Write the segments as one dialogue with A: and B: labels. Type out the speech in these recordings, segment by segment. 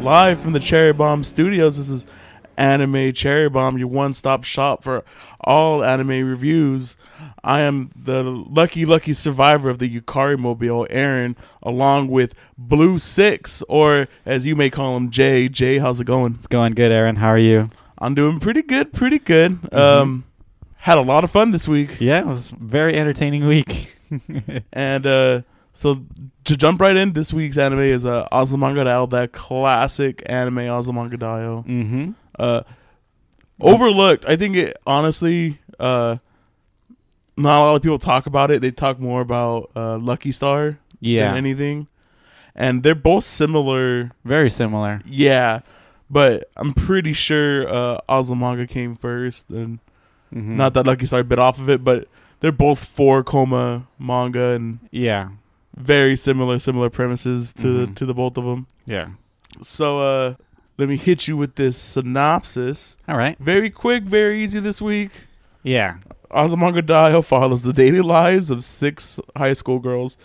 A: Live from the Cherry Bomb Studios, this is Anime Cherry Bomb, your one stop shop for all anime reviews. I am the lucky, lucky survivor of the Yukari Mobile, Aaron, along with Blue Six, or as you may call him, Jay. Jay, how's it going?
B: It's going good, Aaron. How are you?
A: I'm doing pretty good, pretty good. Um, had a lot of fun this week.
B: Yeah, it was a very entertaining week.
A: And uh, so to jump right in, this week's anime is uh, Azumanga Daioh, that classic anime Azumanga Daioh.
B: mm-hmm.
A: Uh, overlooked. I think it honestly, uh, not a lot of people talk about it. They talk more about uh, Lucky Star
B: Yeah,
A: than anything. And they're both similar,
B: very similar.
A: yeah. But I'm pretty sure uh, Azumanga came first, and
B: Mm-hmm.
A: not that Lucky Star bit off of it. But they're both four coma manga and
B: Yeah,
A: very similar similar premises to
B: Mhm.
A: to the both of them
B: yeah.
A: so uh let me hit you with this synopsis
B: All right.
A: very quick very easy this week
B: Yeah.
A: Azumanga Daioh follows the daily lives of six high school girls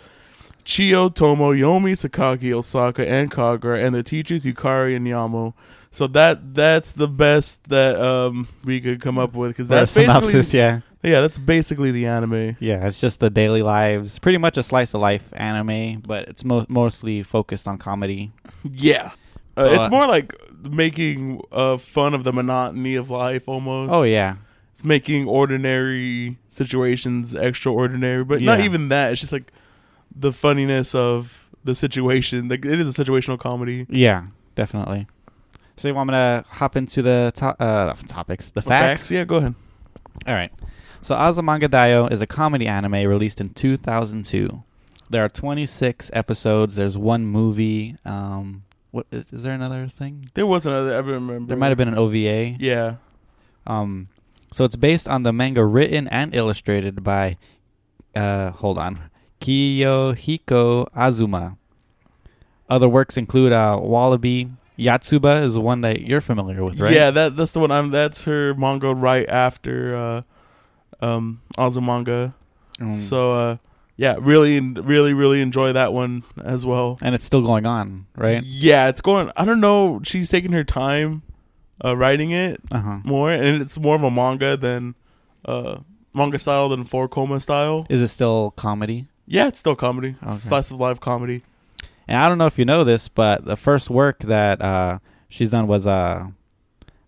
A: Chio, Tomo, Yomi, Sakaki, Osaka, and Kagura, and their teachers Yukari and Yamo. So that that's the best that um, we could come up with because
B: For a
A: that's basically
B: synopsis. Yeah,
A: yeah that's basically the anime.
B: yeah. It's just the daily lives. Pretty much a slice of life anime, but it's mo- mostly focused on comedy.
A: Yeah. Uh,
B: So,
A: it's
B: uh,
A: more like making uh, fun of the monotony of life almost.
B: Oh yeah,
A: It's making ordinary situations extraordinary, but not
B: Yeah.
A: even that. It's just like the funniness of the situation. Like it is a situational comedy.
B: yeah, definitely. So you want me to hop into the to- uh, topics, the facts?
A: Yeah, go ahead.
B: All right. So Azumanga Daioh is a comedy anime released in 2002. There are 26 episodes. There's one movie. Um, what is, is there another thing?
A: There was another I remember.
B: There might have been an OVA.
A: Yeah.
B: Um, so it's based on the manga written and illustrated by, uh, hold on, Kiyohiko Azuma. Other works include uh, Wallaby. Yatsuba is the one that you're familiar with, right?
A: Yeah, that that's the one I'm that's her manga right after uh um Azumanga.
B: Mm.
A: So uh yeah, really really really enjoy that one as well.
B: and it's still going on, right?
A: Yeah, it's going. I don't know. She's taking her time uh, writing it
B: Uh huh.
A: more, and it's more of a manga than uh, manga style than four coma style.
B: Is it still comedy?
A: Yeah, it's still comedy,
B: Okay.
A: slice of life comedy.
B: And I don't know if you know this, but the first work that uh, she's done was a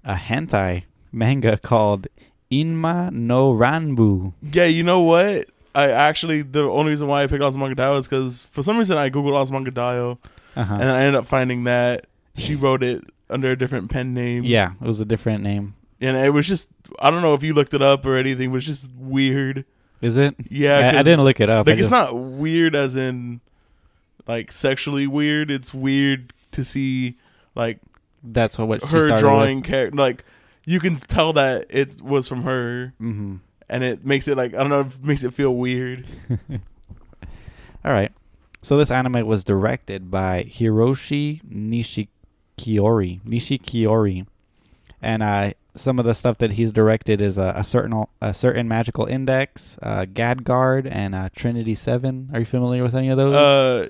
B: a hentai manga called Inma no Ranbu.
A: Yeah, you know what? I actually the only reason why I picked Osmanga Dayo is because for some reason I googled Osmanga Dayo, and
B: Uh-huh.
A: I ended up finding that she wrote it under a different pen name.
B: Yeah, it was a different name.
A: and it was just I don't know if you looked it up or anything, but it's just weird.
B: Is it?
A: Yeah,
B: I, I
A: 'cause-
B: didn't look it up.
A: like
B: I
A: it's
B: just-
A: not weird as in like sexually weird it's weird to see like
B: That's what, what she
A: her
B: started
A: drawing character like you can tell that it was from her
B: Mm-hmm.
A: and it makes it like i don't know it makes it feel weird
B: All right. So this anime was directed by Hiroshi Nishikiori. Nishikiori, and uh, some of the stuff that he's directed is uh, a certain a certain magical index, uh, Gadguard, and uh, Trinity Seven. Are you familiar with any of those?
A: uh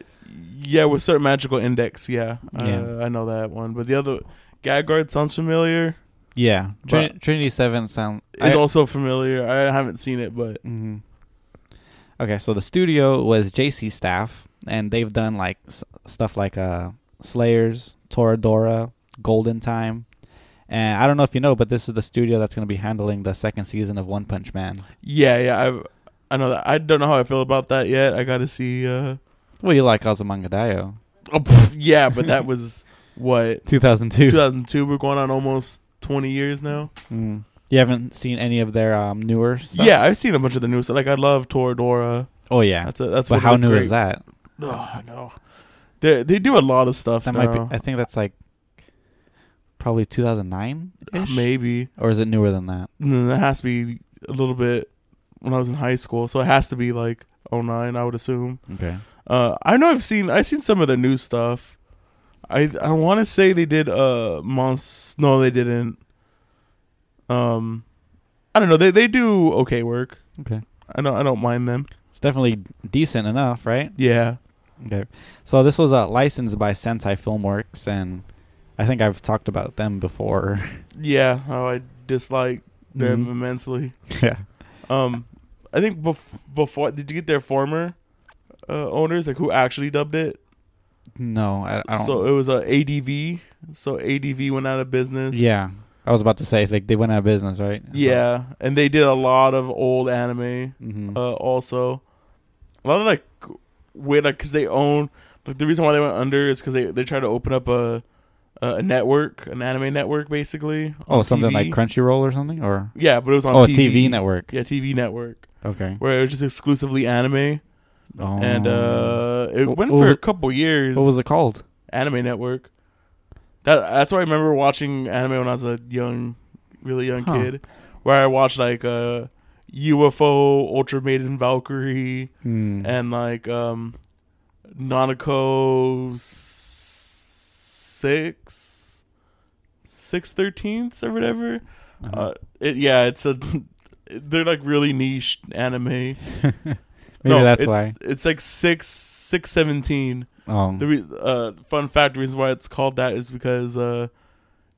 A: yeah with certain magical index yeah, Uh,
B: Yeah.
A: i know that one but the other Gaggard sounds familiar
B: yeah, Trin-
A: but-
B: Trinity Seven sound.
A: is
B: I-
A: also familiar i haven't seen it but
B: Mhm. Okay, so the studio was JC Staff, and they've done like s- stuff like uh, Slayers, Toradora, Golden Time, and I don't know if you know, but this is the studio that's going to be handling the second season of One Punch Man.
A: yeah yeah i i know that i don't know how i feel about that yet i gotta see uh
B: Well, you like Azumanga Daioh,
A: Oh, pff, yeah, but that was what
B: 2002.
A: 2002. We're going on almost 20 years now.
B: Mm. You haven't seen any of their um, newer stuff.
A: Yeah, I've seen a bunch of the new stuff. Like I love Toradora.
B: Oh yeah.
A: That's a, that's. one of
B: But how
A: the
B: new
A: great,
B: is that?
A: Oh, I know. They they do a lot of stuff.
B: That
A: now.
B: might be. I think that's like probably 2009
A: Uh,
B: ish,
A: maybe.
B: or is it newer than that?
A: Mm, That has to be a little bit when I was in high school, so it has to be like 09, I would assume.
B: Okay.
A: Uh, I know I've seen I've seen some of the new stuff. I I want to say they did uh months. No, they didn't. Um, I don't know. They they do okay work.
B: Okay.
A: I don't I don't mind them.
B: It's definitely decent enough, right?
A: Yeah.
B: Okay. So this was uh, licensed by Sentai Filmworks, and I think I've talked about them before.
A: Yeah, how I dislike them
B: Mhm.
A: immensely.
B: yeah.
A: Um, I think bef- before did you get their former uh, owners like who actually dubbed it?
B: No, I, I don't.
A: So it was a ADV. So ADV went out of business.
B: yeah, I was about to say like they went out of business, right?
A: yeah, and they did a lot of old anime.
B: hmm
A: Uh, also, a lot of like weird like because they own like the reason why they went under is because they they tried to open up a a network, an anime network, basically.
B: oh,
A: on
B: something like
A: TV.
B: Crunchyroll or something, or
A: yeah, but it was on
B: oh, a
A: TV.
B: TV network.
A: Yeah, TV network.
B: Okay.
A: where it was just exclusively anime,
B: Oh.
A: and uh, it
B: Um, Wh-
A: went
B: what
A: for
B: was-
A: a couple years.
B: what was it called?
A: Anime Network. That that's why I remember watching anime when I was a young, really young
B: Huh.
A: kid, where I watched like uh, UFO, Ultra Maiden Valkyrie,
B: Hmm.
A: and like um, Nanako s- six, six thirteenths or whatever.
B: Hmm. Uh-huh.
A: Uh, it, yeah, it's a. They're like really niche anime.
B: Maybe that's
A: it's,
B: why.
A: It's like six six seventeen.
B: Um,
A: The re- uh, fun fact the reason why it's called that is because uh,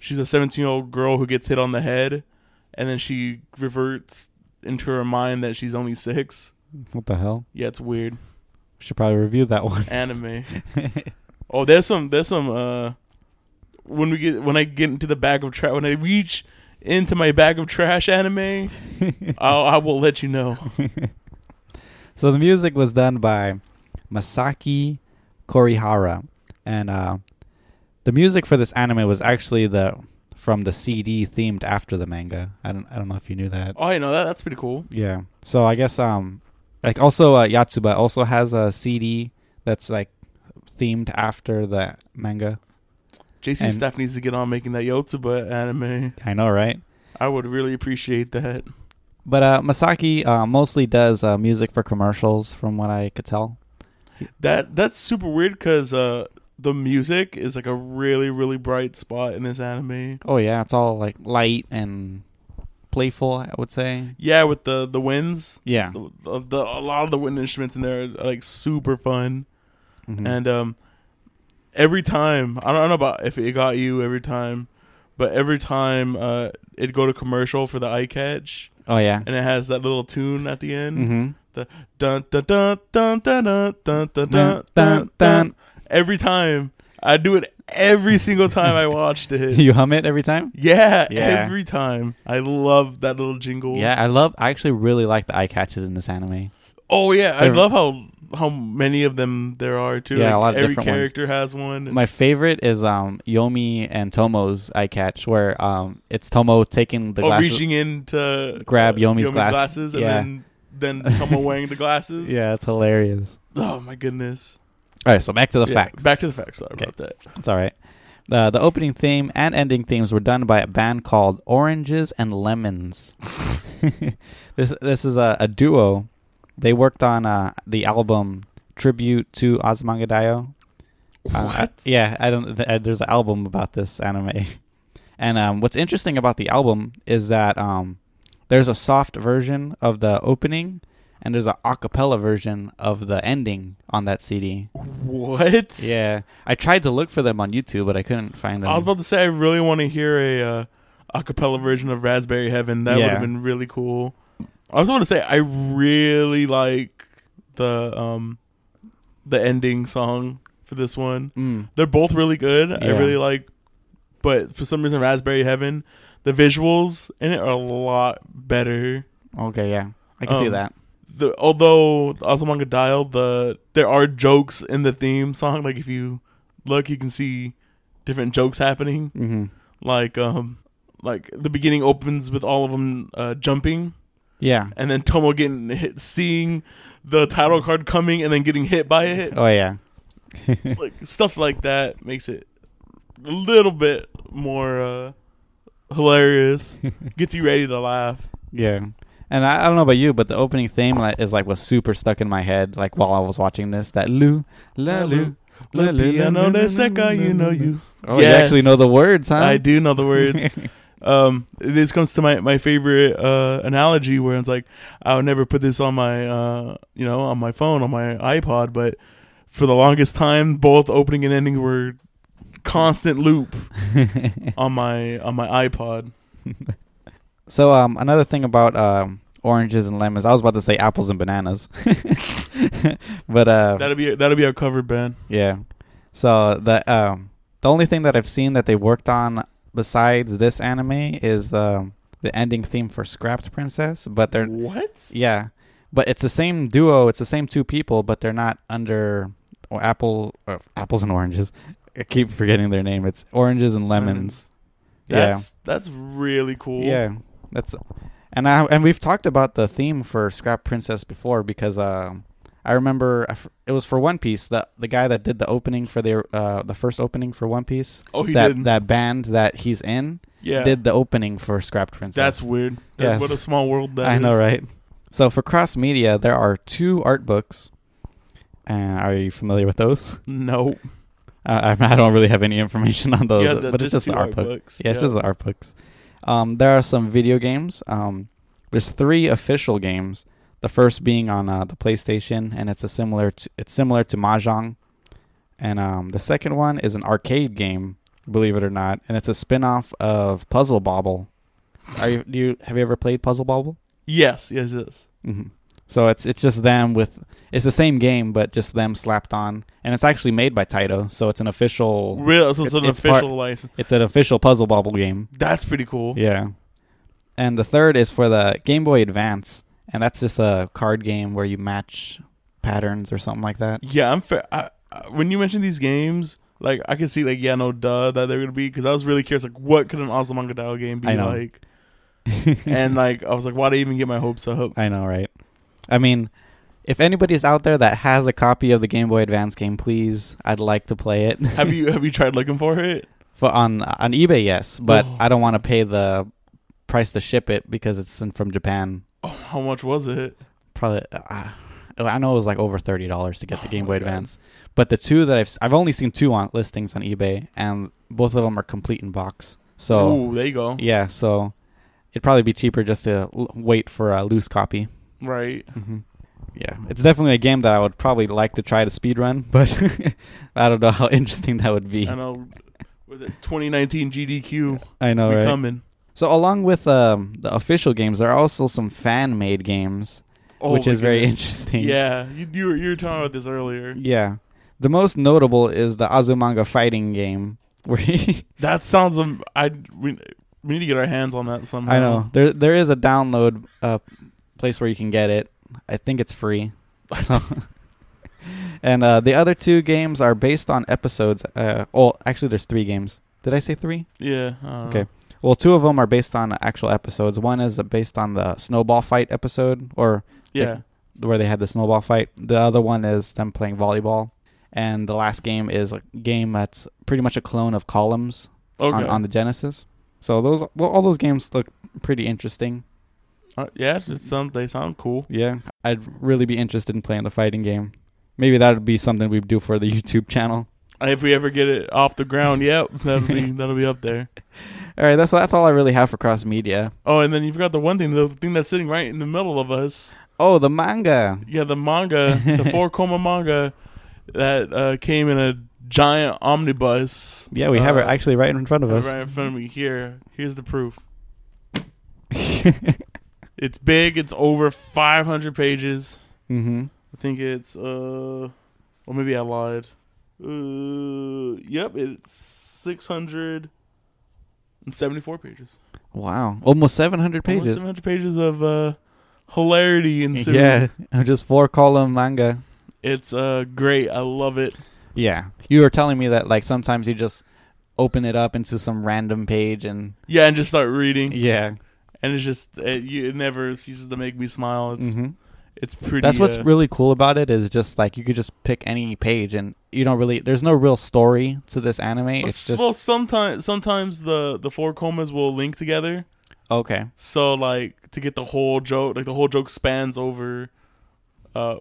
A: she's a seventeen year old girl who gets hit on the head, and then she reverts into her mind that she's only six.
B: what the hell?
A: Yeah, it's weird
B: We should probably review that one.
A: anime. oh, there's some there's some uh, when we get when I get into the bag of trash when I reach into my bag of trash anime, I'll, I will let you know.
B: so the music was done by Masaki Korihara, and uh, the music for this anime was actually the from the CD themed after the manga. I don't I don't know if you knew that.
A: Oh, you know that that's pretty cool.
B: Yeah. So I guess um like also uh, Yatsuba also has a CD that's like themed after the manga.
A: JC
B: And-
A: Staff needs to get on making that Yotsuba anime.
B: I know, right?
A: I would really appreciate that.
B: But uh, Masaki uh, mostly does uh, music for commercials, from what I could tell.
A: That that's super weird because uh, the music is like a really really bright spot in this anime.
B: Oh yeah, it's all like light and playful. I would say.
A: Yeah, with the the winds,
B: Yeah.
A: the, the, the- a lot of the wind instruments in there are like super fun.
B: Mhm.
A: And um, every time I don't know about if it got you every time, but every time uh, it go to commercial for the eye catch,
B: oh yeah.
A: and it has that little tune at the end.
B: Mm-hmm.
A: The dun dun dun dun dun dun dun dun
B: Mm-hmm.
A: dun dun dun. Every time I do it, every single time I watched it.
B: you hum it every time.
A: Yeah,
B: Yeah.
A: every time. I love that little jingle.
B: Yeah, I love. I actually really like the eye catches in this anime.
A: Oh yeah, I
B: Every-
A: love how how many of them there are too. Like,
B: Yeah, a lot of
A: every
B: different ones.
A: character has one.
B: My favorite is um Yomi and Tomo's eye catch, where um it's Tomo taking the
A: oh,
B: glasses.
A: reaching in to
B: Grab Yomi's glass-
A: glasses and
B: yeah.
A: then then Tomo wearing the glasses.
B: Yeah, it's hilarious.
A: Oh my goodness.
B: All right, so back to the
A: Yeah,
B: facts.
A: Back to the facts. Sorry
B: Okay.
A: about that.
B: It's all right. Uh, the opening theme and ending themes were done by a band called Oranges and Lemons. this this is a, a duo. They worked on uh, the album Tribute to Azumanga Daioh. Uh,
A: What?
B: yeah, I don't. Th- uh, there's an album about this anime, and um, what's interesting about the album is that um, there's a soft version of the opening, and there's a acapella version of the ending on that CD.
A: What?
B: Yeah, I tried to look for them on YouTube, but I couldn't find them.
A: I was about to say I really want to hear a uh, acapella version of Raspberry Heaven. That would
B: Yeah.
A: have been really cool. I also want to say I really like the um the ending song for this one.
B: Mm.
A: They're both really good. I
B: Yeah.
A: really like, but for some reason, Raspberry Heaven, the visuals in it are a lot better.
B: Okay, yeah, I can see
A: Um,
B: that.
A: The, although Azumanga Dial, the there are jokes in the theme song. Like if you look, you can see different jokes happening
B: hmm
A: like um like the beginning opens with all of them uh, jumping
B: Yeah.
A: and then tomo getting hit seeing the title card coming and then getting hit by it
B: Oh yeah.
A: like stuff like that makes it a little bit more uh hilarious gets you ready to laugh
B: yeah. And I, I don't know about you, but the opening theme li- is like was super stuck in my head, like while I was watching this. That Lou, la Lou, la
A: Look,
B: Lou, la
A: I know
B: Lou, la
A: that
B: Lou,
A: Seka,
B: la
A: you know
B: Lou.
A: you.
B: Oh, you actually
A: Yes.
B: know the words, huh?
A: I do know the words. um, this comes to my my favorite uh, analogy where it's like I would never put this on my uh, you know on my phone on my iPod, but for the longest time, both opening and ending were constant loop on my on my iPod.
B: So um, another thing about um, oranges and lemons, I was about to say apples and bananas, but uh,
A: That'll be that'll be our covered band.
B: yeah. So the um, the only thing that I've seen that they worked on besides this anime is um, the ending theme for Scrapped Princess, but they're
A: what?
B: yeah, but it's the same duo, it's the same two people, but they're not under or apple or apples and oranges. I keep forgetting their name. It's oranges and lemons.
A: That's that's really cool.
B: Yeah, that's and I and we've talked about the theme for Scrap Princess before because um I remember I f- it was for One Piece the the guy that did the opening for their uh the first opening for One Piece
A: Oh, he
B: that
A: did.
B: that band that he's in
A: yeah.
B: did the opening for Scrap Princess.
A: that's weird. That-
B: Yes.
A: What a small world that is.
B: I know, right? So for cross media, there are two art books. Uh, are you familiar with those?
A: No.
B: Uh, I, I don't really have any information on those,
A: the-
B: but it's just the
A: two
B: art book.
A: books.
B: Yeah, it's just the art books. Um, there are some video games. Um, there's three official games. The first being on uh, the PlayStation, and it's a similar. To, it's similar to mahjong, and um, the second one is an arcade game. Believe it or not, and it's a spin-off of Puzzle Bobble. Are you? Do you have you ever played Puzzle Bobble?
A: Yes, yes, yes.
B: hmm So it's it's just them with it's the same game, but just them slapped on, and it's actually made by Taito, so it's an official.
A: Real, so it's,
B: It's-
A: an
B: it's part-
A: official license.
B: It's an official Puzzle Bobble game.
A: That's pretty cool.
B: Yeah. And the third is for the Game Boy Advance, and that's just a card game where you match patterns or something like that.
A: Yeah, I'm fair. I, I, when you mentioned these games, like I could see, like yeah, no duh that they're gonna be because I was really curious, like what could an Azumanga Daioh game be
B: I know.
A: like? and like I was like, why do I even get my hopes up?
B: I know, right? I mean, if anybody's out there that has a copy of the Game Boy Advance game, please, I'd like to play it.
A: have you have you tried looking for it?
B: for on on eBay, yes, but
A: Oh.
B: I don't want to pay the price to ship it because it's sent from Japan.
A: Oh, how much was it?
B: Probably, uh, I know it was like over thirty dollars to get the
A: Oh
B: Game
A: my
B: Boy
A: God.
B: Advance. But the two that I've s- I've only seen two on listings on eBay, and both of them are complete in box. So
A: Ooh, there you go.
B: yeah, so it'd probably be cheaper just to l- wait for a loose copy.
A: Right.
B: Mm-hmm. Yeah, it's definitely a game that I would probably like to try to speedrun, but I don't know how interesting that would be.
A: I know. Was it 2019 GDQ?
B: I know,
A: we
B: right?
A: coming.
B: So along with um, the official games, there are also some fan-made games,
A: Oh,
B: which
A: my
B: is very
A: goodness.
B: interesting.
A: Yeah, you you were, you were talking about this earlier.
B: Yeah. The most notable is the Azumanga fighting game. Where he,
A: That sounds. Um, I we, we need to get our hands on that somehow.
B: I know there there is a download uh, place where you can get it. I think it's free. So- and uh, the other two games are based on episodes. Uh, well, actually, there's three games. Did I say three?
A: Yeah. I don't
B: Okay.
A: know.
B: Well, two of them are based on actual episodes. One is uh, based on the snowball fight episode, or
A: Yeah.
B: where they had the snowball fight. The other one is them playing volleyball, and the last game is a game that's pretty much a clone of Columns
A: Okay.
B: on, on the Genesis. So those well, all those games look pretty interesting.
A: Uh, yeah, it sounds. They sound cool.
B: Yeah, I'd really be interested in playing the fighting game. Maybe that would be something we'd do for the YouTube channel.
A: If we ever get it off the ground, yep, that'll be that'll be up there.
B: All right, that's that's all I really have for cross media.
A: Oh, and then you forgot the one thing, the thing that's sitting right in the middle of us.
B: Oh, the manga.
A: Yeah, the manga, the four coma manga that uh, came in a giant omnibus.
B: Yeah, we have it
A: Uh,
B: actually right in front of us.
A: right in front of me. Here, here's the proof. It's big. It's over 500 pages.
B: mm-hmm.
A: I think it's uh, or maybe I lied. Uh, yep, it's 674 pages.
B: Wow, almost seven hundred
A: Almost
B: pages.
A: 700 pages of uh, hilarity ensued.
B: yeah, just four column manga.
A: It's uh, great. I love it.
B: Yeah. You were telling me that like sometimes you just open it up into some random page and
A: Yeah, and just start reading,
B: yeah.
A: and it's just it, you, it never ceases to make me smile. It's
B: Mhm.
A: it's pretty.
B: That's what's
A: uh,
B: really cool about it is just like you could just pick any page and you don't really there's no real story to this anime. It's just
A: well. Sometimes sometimes the the four comas will link together.
B: okay.
A: So like to get the whole joke, like the whole joke spans over uh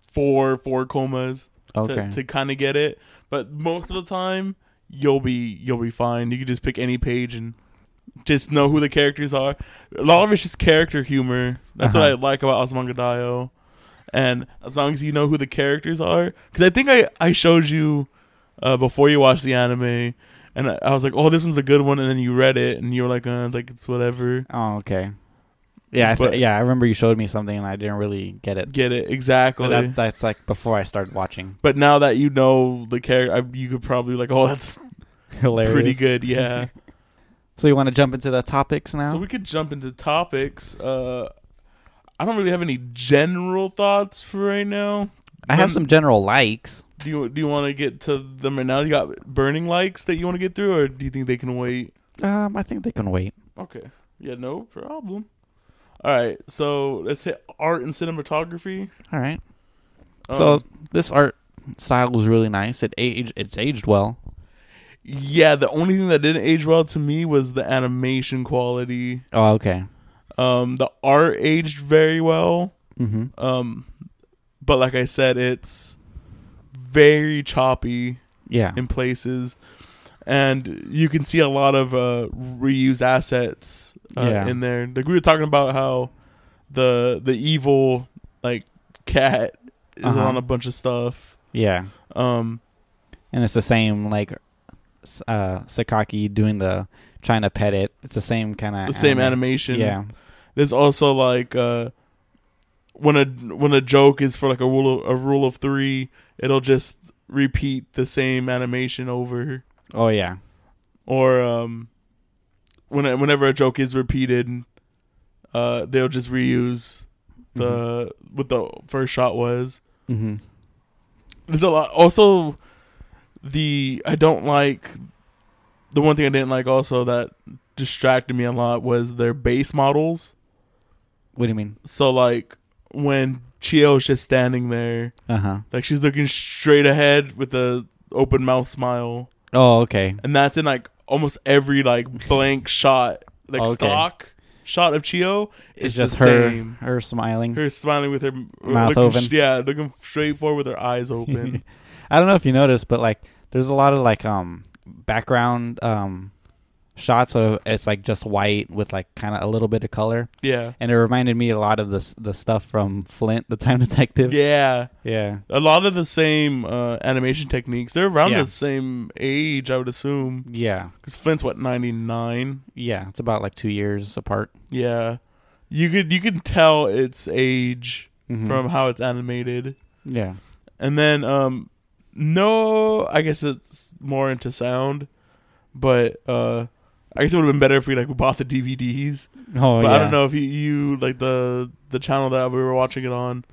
A: four four comas to,
B: Okay.
A: to kind of get it. But most of the time, you'll be you'll be fine. You can just pick any page and just know who the characters are. A lot of it's just character humor. That's what I
B: Uh-huh.
A: like about Osmanga Dayo. And as long as you know who the characters are, because I think I I showed you uh, before you watched the anime, and I, I was like, "Oh, this one's a good one," and then you read it, and you were like, uh, "Like it's whatever."
B: Oh, okay. Yeah, I th-
A: But-
B: yeah. I remember you showed me something, and I didn't really get it.
A: Get it
B: But
A: exactly.
B: that's, that's like before I started watching.
A: but now that you know the character, you could probably like, "Oh, that's
B: Hilarious.
A: pretty good." Yeah.
B: So you want to jump into the topics now?
A: So we could jump into topics. Uh, I don't really have any general thoughts for right now.
B: I have
A: Burn-
B: some general likes.
A: Do you do you want to get to them right now? You got burning likes that you want to get through, or do you think they can wait?
B: Um, I think they can wait.
A: Okay, yeah, no problem. All right, so let's hit art and cinematography.
B: All right.
A: Um,
B: so this art style was really nice. It aged. It's aged well.
A: yeah, the only thing that didn't age well to me was the animation quality.
B: Oh, okay.
A: Um, the art aged very well.
B: Mm-hmm.
A: Um, but like I said, it's very choppy.
B: Yeah.
A: in places, and you can see a lot of uh, reused assets uh,
B: Yeah.
A: in there. Like we were talking about how the the evil like cat is
B: Uh-huh.
A: on a bunch of stuff.
B: Yeah.
A: Um,
B: And it's the same like, s- uh, Sakaki doing the trying to pet it. It's the same kind of
A: the same animation.
B: Yeah.
A: There's also like uh, when a when a joke is for like a rule of, a rule of three, it'll just repeat the same animation over.
B: Oh yeah.
A: or um, when whenever a joke is repeated, uh, they'll just reuse the what the first shot was.
B: Mm-hmm.
A: There's a lot. Also, the I don't like the one thing I didn't like also that distracted me a lot was their base models.
B: What do you mean?
A: So like when Chio's just standing there,
B: Uh huh.
A: like she's looking straight ahead with a open mouth smile,
B: Oh okay.
A: and that's in like almost every like blank shot, like
B: Okay.
A: stock shot of Chio.
B: It's,
A: the
B: just her
A: same.
B: her smiling.
A: Her smiling with her uh,
B: Mouth
A: looking,
B: open.
A: Yeah, looking straight forward with her eyes open.
B: I don't know if you noticed, but like there's a lot of like um background um shots of it's like just white with like kind of a little bit of color,
A: yeah,
B: and it reminded me a lot of the s- the stuff from Flint, the Time Detective.
A: yeah.
B: Yeah.
A: A lot of the same uh, animation techniques. They're around
B: Yeah.
A: the same age, I would assume.
B: yeah,
A: Because Flint's what ninety nine.
B: yeah. It's about like two years apart.
A: Yeah, you could you could tell its age
B: Mhm.
A: from how it's animated.
B: yeah,
A: And then um no I guess it's more into sound, but uh I guess it would have been better if we like bought the DVDs.
B: oh
A: but
B: yeah.
A: I don't know if you, you like the the channel that we were watching it on,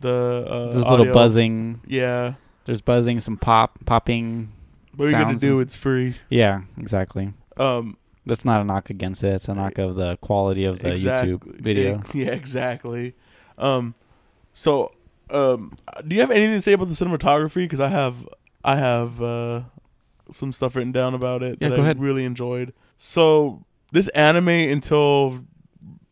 A: the uh
B: There's
A: audio.
B: little buzzing.
A: Yeah.
B: There's buzzing, some pop, popping.
A: What are you gonna
B: Sounds
A: do?
B: and-
A: It's free.
B: Yeah, exactly.
A: Um
B: That's not a knock against it. It's a knock of the quality of the
A: exactly.
B: YouTube video.
A: Yeah, exactly. Um so um do you have anything to say about the cinematography? Because I have I have uh some stuff written down about it
B: Yeah,
A: that
B: go
A: I
B: ahead.
A: really enjoyed. So this anime until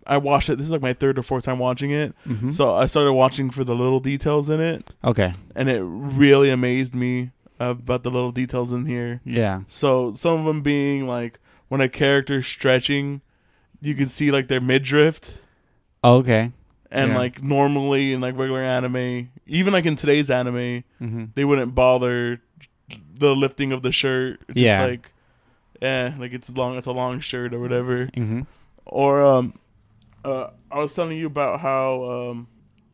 A: I watched it. This is like my third or fourth time watching it.
B: Mhm.
A: So I started watching for the little details in it,
B: okay.
A: and it really amazed me about the little details in here.
B: Yeah.
A: So some of them being like when a character's stretching, you can see like their midriff,
B: Oh, Okay.
A: and
B: Yeah.
A: like normally in like regular anime, even like in today's anime,
B: Mm-hmm.
A: they wouldn't bother the lifting of the shirt. It's
B: Yeah.
A: Just like, eh, like it's long. It's a long shirt or whatever.
B: Mm-hmm.
A: Or um, uh, I was telling you about how um,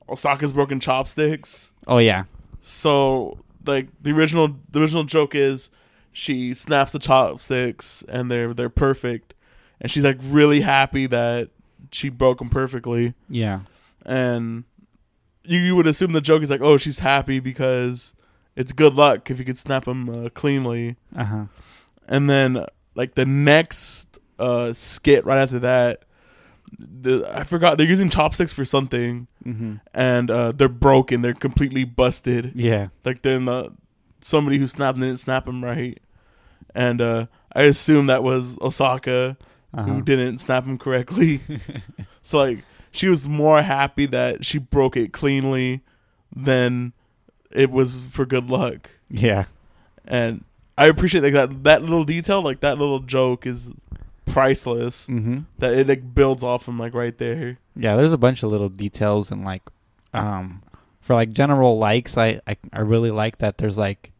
A: Osaka's broken chopsticks.
B: Oh yeah.
A: So like the original, the original joke is she snaps the chopsticks and they're they're perfect, and she's like really happy that she broke them perfectly
B: Yeah.
A: and you, you would assume the joke is like, oh, she's happy because it's good luck if you could snap them uh, cleanly.
B: Uh huh.
A: And then like the next uh, skit right after that, the, I forgot they're using chopsticks for something,
B: Mm-hmm.
A: and uh, they're broken. They're completely busted.
B: Yeah.
A: Like they're in the somebody who snapped them didn't snap them right. And uh, I assume that was Osaka
B: Uh-huh.
A: who didn't snap him correctly. so like she was more happy that she broke it cleanly than it was for good luck.
B: Yeah.
A: And I appreciate like that that little detail, like that little joke is priceless.
B: Mm-hmm.
A: That it like builds off from like right there.
B: Yeah. There's a bunch of little details and like, um, for like general likes, I I, I really like that. There's like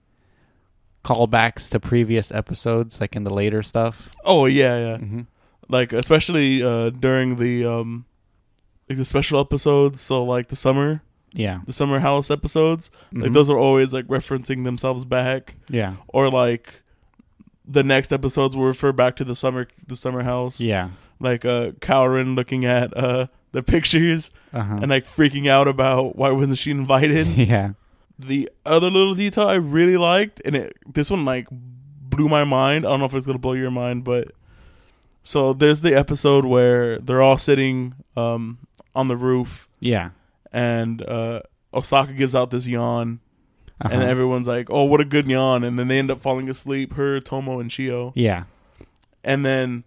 B: callbacks to previous episodes, like in the later stuff.
A: Oh yeah, yeah.
B: Mm-hmm.
A: Like especially uh, during the um, like the special episodes. So like the summer,
B: Yeah.
A: the summer house episodes. Like
B: Mhm.
A: those are always like referencing themselves back,
B: Yeah.
A: or like the next episodes will refer back to the summer, the summer house.
B: Yeah.
A: Like uh, Calrin looking at uh the pictures
B: Uh-huh.
A: and like freaking out about why wasn't she invited.
B: yeah.
A: The other little detail I really liked, and it, this one like blew my mind. I don't know if it's gonna blow your mind, but so there's the episode where they're all sitting um, on the roof,
B: Yeah.
A: and uh, Osaka gives out this yawn,
B: Uh-huh.
A: and everyone's like, "Oh, what a good yawn!" And then they end up falling asleep, her, Tomo, and Chio,
B: yeah.
A: and then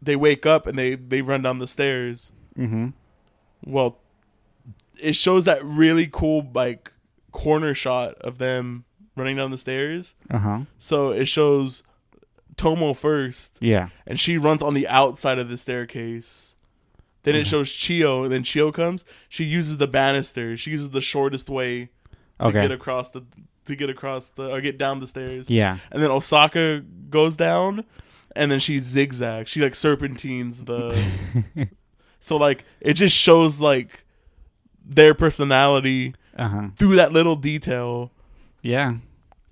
A: they wake up and they they run down the stairs.
B: Mm-hmm.
A: Well, it shows that really cool like corner shot of them running down the stairs.
B: Uh-huh.
A: So it shows Tomo first,
B: Yeah.
A: and she runs on the outside of the staircase. Then it
B: Mhm.
A: shows Chio, and then Chio comes. She uses the banister. She uses the shortest way to
B: Okay.
A: get across the to get across the or get down the stairs.
B: yeah.
A: And then Osaka goes down, and then she zigzags. She like serpentines the. so like it just shows like their personality
B: Uh-huh.
A: through that little detail.
B: Yeah.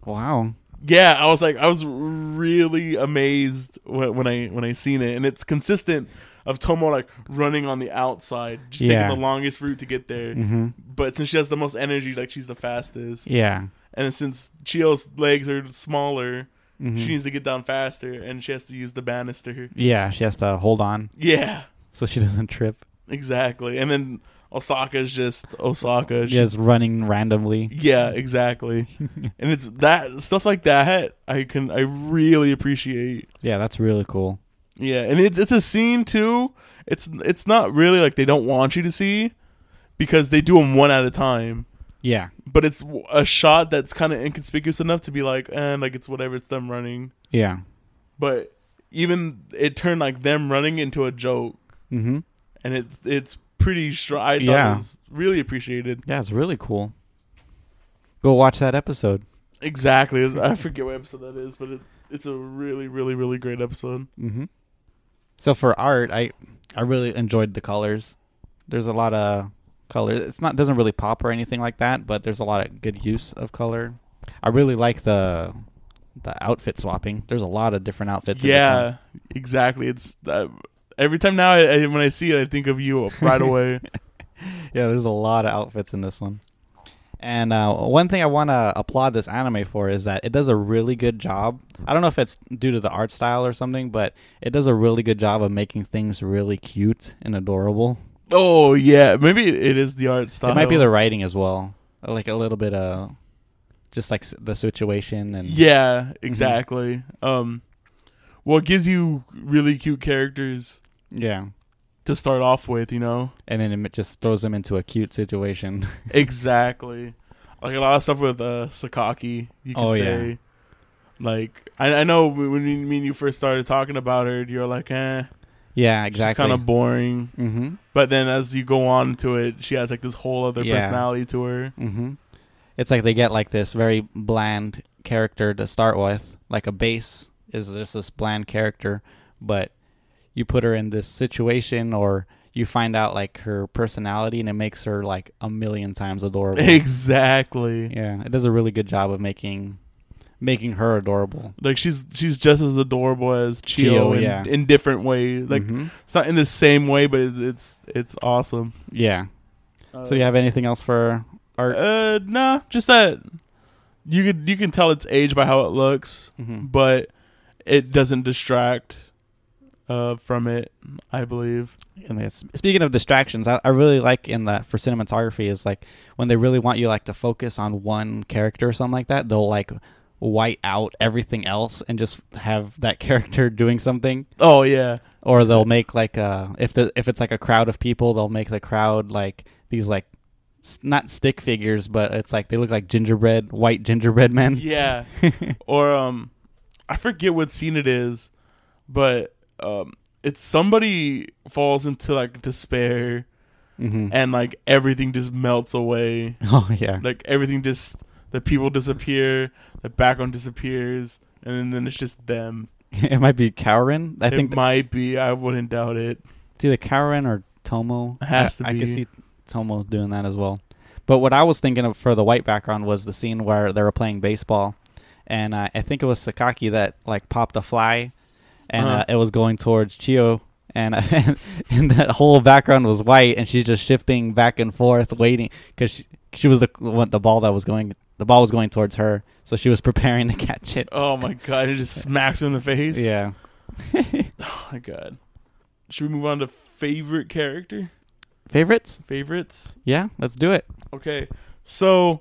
B: Wow.
A: yeah i was like i was really amazed when, when i when i seen it and it's consistent of tomo like running on the outside just
B: Yeah.
A: taking the longest route to get there
B: Mm-hmm.
A: but since she has the most energy like she's the fastest
B: Yeah.
A: and since chio's legs are smaller
B: Mhm.
A: she needs to get down faster and she has to use the banister
B: yeah, she has to hold on
A: yeah
B: so she doesn't trip.
A: exactly and then osaka's just osaka She-
B: Just running randomly.
A: yeah exactly and it's that stuff like that i can i really appreciate
B: Yeah, that's really cool.
A: Yeah, and it's it's a scene too. It's it's not really like they don't want you to see because they do them one at a time.
B: Yeah.
A: But it's w- a shot that's kind of inconspicuous enough to be like, and like it's whatever. It's them running,
B: Yeah.
A: but even it turned like them running into a joke,
B: Mm-hmm.
A: and it's it's pretty. Str- I thought
B: Yeah.
A: it was really appreciated.
B: Yeah, it's really cool. Go watch that episode.
A: Exactly. I forget what episode that is, but it, it's a really really really great episode.
B: Mm-hmm. So for art, I I really enjoyed the colors. There's a lot of color. It's not doesn't really pop or anything like that, but there's a lot of good use of color. I really like the the outfit swapping. There's a lot of different outfits. in this
A: yeah, exactly. It's uh, every time now I, I, when I see it, I think of you right away.
B: one. yeah. There's a lot of outfits in this one. And uh, one thing I want to applaud this anime for is that it does a really good job. I don't know if it's due to the art style or something, but it does a really good job of making things really cute and adorable.
A: Oh yeah, maybe it is the art style.
B: It might be the writing as well, like a little bit of just like s- the Mm-hmm. situation and
A: yeah, exactly. Um, well, it gives you really cute characters
B: yeah,
A: to start off with, you know.
B: and then it m- just throws them into a cute situation.
A: exactly, like a lot of stuff with uh, Sakaki. You could
B: Oh, yeah.
A: say, like I, I know when when you- me and you first started talking about her, you're like, eh,
B: yeah,
A: she's
B: exactly.
A: kind of boring.
B: mm-hmm.
A: But then as you go on to it, she has like this whole other
B: Yeah.
A: personality to her.
B: Mm-hmm. It's like they get like this very bland character to start with, like a base is just this bland character, but you put her in this situation or you find out like her personality and it makes her like a million times adorable.
A: Exactly.
B: yeah, it does a really good job of making making her adorable.
A: Like she's she's just as adorable as Chio,
B: Chio,
A: in,
B: yeah.
A: in different ways. Like
B: Mhm.
A: it's not in the same way, but it's it's, it's awesome.
B: yeah.
A: Uh,
B: So you have anything else for art?
A: uh, nah, just that you could you can tell its age by how it looks,
B: Mhm.
A: Mm-hmm. but it doesn't distract uh from it. I believe.
B: And it's, speaking of distractions, I, I really like in the for cinematography is like when they really want you like to focus on one character or something like that, they'll like white out everything else and just have that character doing something.
A: Oh yeah,
B: Or they'll make like uh if the if it's like a crowd of people, they'll make the crowd like these like s- not stick figures, but it's like they look like gingerbread white gingerbread men.
A: yeah. or um, I forget what scene it is, but um, it's somebody falls into like despair
B: hmm
A: and like everything just melts away.
B: Oh yeah.
A: like everything just the people disappear, the background disappears, and then, then it's just them.
B: it might be Karen. I
A: it
B: think
A: might be. I wouldn't doubt it.
B: it's either Karen or Tomo.
A: It has
B: I,
A: to
B: I
A: be.
B: can see Tomo doing that as well. But what I was thinking of for the white background was the scene where they were playing baseball, and uh, I think it was Sakaki that like popped a fly, and uh
A: Uh-huh.
B: it was going towards Chio, and and that whole background was white, and she's just shifting back and forth, waiting because she, she was the what the ball that was going the ball was going towards her, so she was preparing to catch it.
A: Oh my god! It just smacks him in the face.
B: Yeah.
A: Oh my god. Should we move on to favorite character?
B: Favorites?
A: Favorites.
B: Yeah, let's do it.
A: Okay. So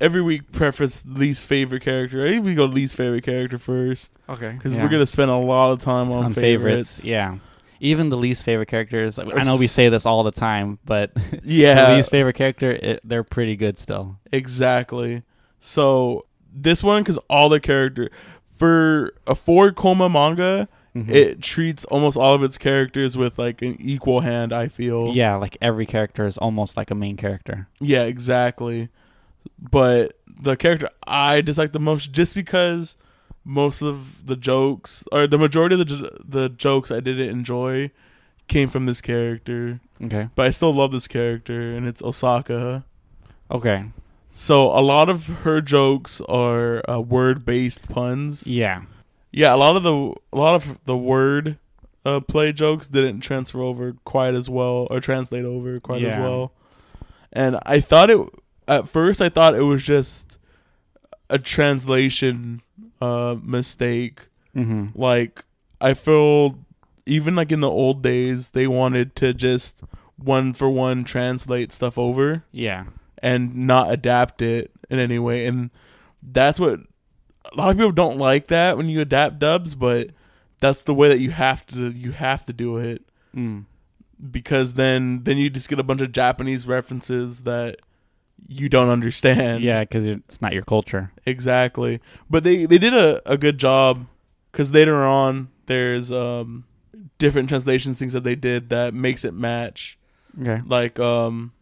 A: every week preface least favorite character. I think we go least favorite character first
B: Okay.
A: because we're gonna spend a lot of time on, favorites.
B: Yeah. Even the least favorite characters. like, I
A: Or
B: know we
A: s-
B: say this all the time, but
A: Yeah.
B: the least favorite character, it, they're pretty good still.
A: Exactly. So this one, because all the character for a Ford Coma manga,
B: Mm-hmm.
A: it treats almost all of its characters with like an equal hand. I feel.
B: yeah, like every character is almost like a main character.
A: Yeah, exactly. But the character I dislike the most, just because most of the jokes or the majority of the j- the jokes I didn't enjoy came from this character.
B: Okay.
A: But I still love this character, and it's Osaka.
B: Okay.
A: So a lot of her jokes are uh, word based puns.
B: Yeah.
A: Yeah, a lot of the a lot of the word uh, play jokes didn't transfer over quite as well or translate over quite as
B: Yeah.
A: well. And I thought it at first I thought it was just a translation uh mistake.
B: Mm-hmm.
A: Like I feel even like in the old days they wanted to just one for one translate stuff over
B: Yeah.
A: and not adapt it in any way. And that's what a lot of people don't like that when you adapt dubs, but that's the way that you have to you have to do it
B: Mm.
A: because then then you just get a bunch of Japanese references that you don't understand.
B: yeah, because it's not your culture.
A: exactly. But they they did a a good job because later on there's um different translations things that they did that makes it match
B: Okay.
A: like um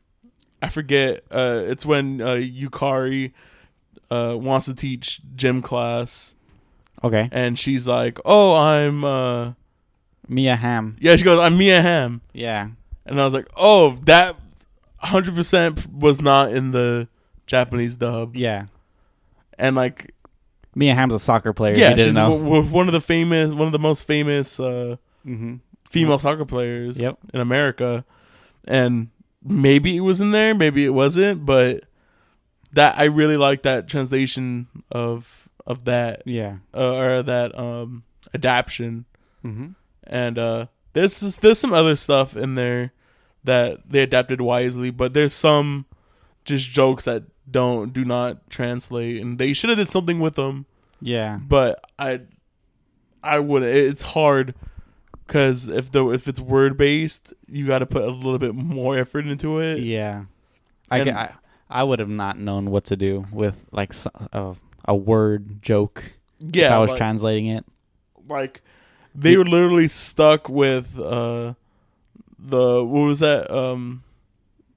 A: i forget uh it's when uh yukari uh wants to teach gym class
B: Okay.
A: and she's like oh i'm uh
B: Mia Ham.
A: yeah she goes i'm mia ham
B: Yeah.
A: and i was like oh that 100% was not in the japanese dub
B: Yeah.
A: and like
B: Mia Ham's a soccer player. if
A: yeah
B: you didn't
A: she's
B: know.
A: w- w- one of the famous one of the most famous uh
B: mm-hmm.
A: female soccer players
B: Yep.
A: in America. And maybe it was in there, maybe it wasn't, but that I really like that translation of of that
B: Yeah.
A: uh, or that um adaption.
B: Mm-hmm.
A: And uh there's just- there's some other stuff in there that they adapted wisely, but there's some just jokes that don't do not translate and they should have did something with them
B: Yeah.
A: but I, I would. It's hard because if the if it's word based, you got to put a little bit more effort into it.
B: Yeah, I,
A: And-
B: ca- I I would have not known what to do with like s- a, a word joke if I was
A: like,
B: translating it.
A: like they were literally stuck with uh the what was that um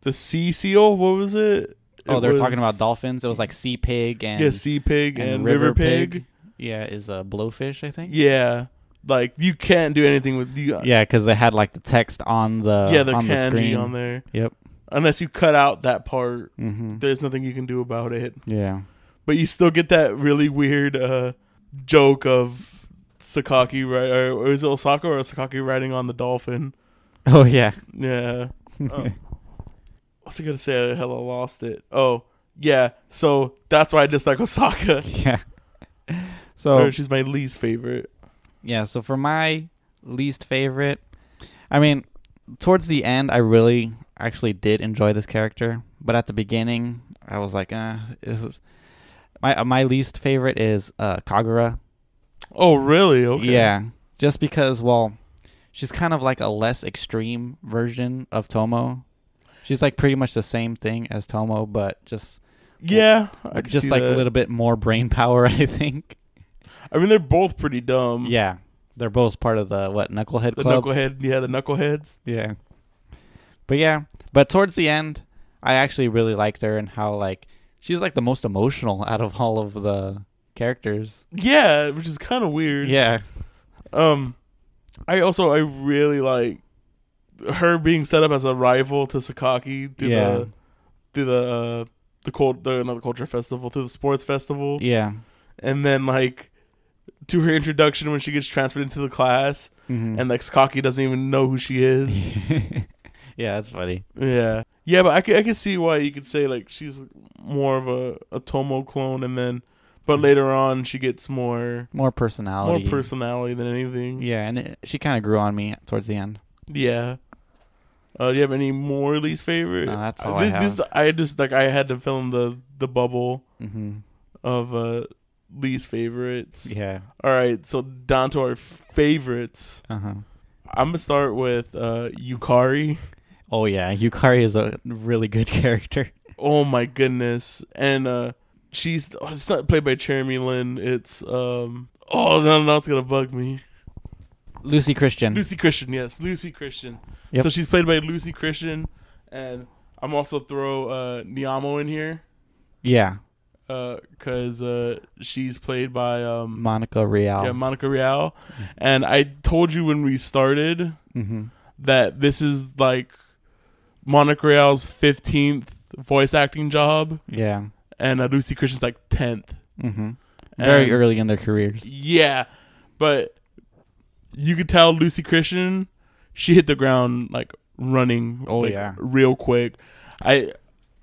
A: the sea seal? What was it?
B: Oh,
A: It
B: they were talking
A: was-
B: about dolphins. It was like sea pig and
A: Yeah, sea pig and, river, pig.
B: Yeah, is a blowfish I think.
A: Yeah, like you can't do anything with you.
B: Yeah, because they had like the text on the
A: yeah, the
B: on the
A: kanji
B: screen.
A: on there.
B: Yep.
A: Unless you cut out that part,
B: Mm-hmm.
A: there's nothing you can do about it.
B: Yeah,
A: but you still get that really weird uh, joke of Sakaki ri- or, or is it Osaka or Sakaki riding on the dolphin?
B: oh yeah,
A: Yeah. Oh. What's I gonna say? I hella lost it. Oh yeah. So that's why I dislike Osaka.
B: yeah.
A: Or
B: So
A: she's my least favorite.
B: Yeah, so for my least favorite, I mean, towards the end, I really actually did enjoy this character, but at the beginning, I was like, uh, this is my uh, my least favorite is uh, Kagura.
A: Oh really? Okay.
B: Yeah, just because, well, she's kind of like a less extreme version of Tomo. She's like pretty much the same thing as Tomo, but just
A: Yeah. I could
B: just
A: see
B: like
A: that.
B: a little bit more brain power, I think.
A: I mean, they're both pretty dumb.
B: Yeah, they're both part of the what Knucklehead
A: Mm. The
B: Club.
A: knucklehead. Yeah, the knuckleheads.
B: Yeah. But yeah, but towards the end, I actually really liked her and how like she's like the most emotional out of all of the characters.
A: Yeah, which is kind of weird.
B: Yeah.
A: Um, I also I really like her being set up as a rival to Sakaki through
B: Yeah.
A: the through the uh, the cold the another culture festival through the sports festival,
B: Yeah.
A: and then like to her introduction when she gets transferred into the class,
B: Mhm.
A: and like Sakaki doesn't even know who she is.
B: yeah, that's funny.
A: yeah, yeah, but I could I could see why you could say like she's more of a a Tomo clone, and then but later on she gets more
B: More
A: more
B: Mm. personality.
A: personality than anything.
B: Yeah, and it, she kind of grew on me towards the end.
A: Yeah. Uh, do you have any more least favorite?
B: No, that's all
A: this,
B: I
A: This, I just like I had to film the the bubble
B: hmm
A: of uh least favorites.
B: Yeah.
A: All right, so down to our favorites.
B: Uh huh.
A: I'm gonna start with uh Yukari.
B: Oh yeah, Yukari is a really good character.
A: Oh my goodness, and uh she's oh, it's not played by Jeremy Lin. It's um oh no no it's gonna bug me.
B: Lucy Christian.
A: Lucy Christian, yes, Lucy Christian.
B: Yep.
A: So she's played by Lucy Christian, and I'm also throw uh Niamo in here.
B: Yeah.
A: because uh, she's played by um,
B: Monica Real.
A: yeah, Monica Real.
B: Mm-hmm.
A: And I told you when we started
B: hmm
A: that this is like Monica Real's 15th voice acting job,
B: Yeah.
A: and uh, Lucy Christian's like 10th.
B: hmm Very
A: And-
B: early in their careers.
A: Yeah, but you could tell Lucy Christian, she hit the ground like running.
B: Oh,
A: like,
B: yeah.
A: real quick. I,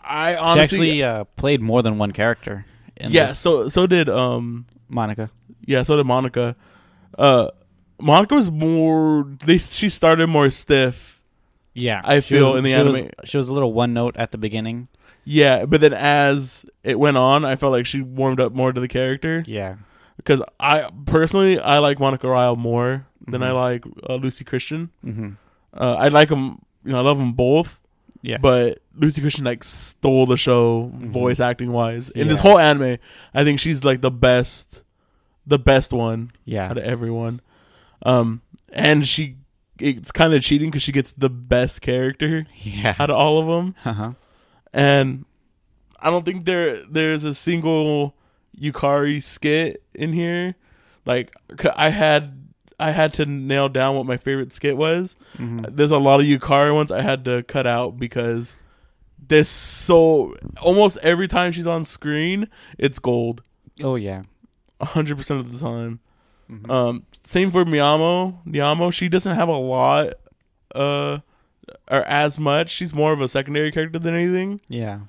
A: I
B: she
A: honestly,
B: actually uh, played more than one character. In
A: yeah.
B: this.
A: So so did um
B: Monica.
A: Yeah, so did Monica. Uh, Monica was more. They she started more stiff.
B: Yeah,
A: I
B: she
A: feel
B: was-
A: in the
B: she was-
A: anime-
B: she was a little one note at the beginning.
A: Yeah, but then as it went on, I felt like she warmed up more to the character.
B: Yeah,
A: Because I personally, I like Monica Ryle more than I
B: Mhm.
A: like uh, Lucy Christian.
B: mm-hmm.
A: Uh, I like them. You know, I love them both.
B: yeah, Mm-hmm.
A: But Lucy Christian like stole the show voice acting wise in this
B: Yeah.
A: whole anime. I think she's like the best, the best one.
B: yeah,
A: out of everyone. Um, and she it's kind of cheating because she gets the best character
B: yeah.
A: out of all of them,
B: uh-huh.
A: and I don't think there there's a single Yukari skit in here. Like c- I had. I had to nail down what my favorite skit was.
B: Mhm.
A: There's a lot of Yukari ones I had to cut out because there's so almost every time she's on screen, it's gold.
B: Oh yeah,
A: hundred percent of the time.
B: Mhm.
A: Um, same for Miyamo. Miyamo, she doesn't have a lot, uh, or as much. She's more of a secondary character than anything.
B: yeah.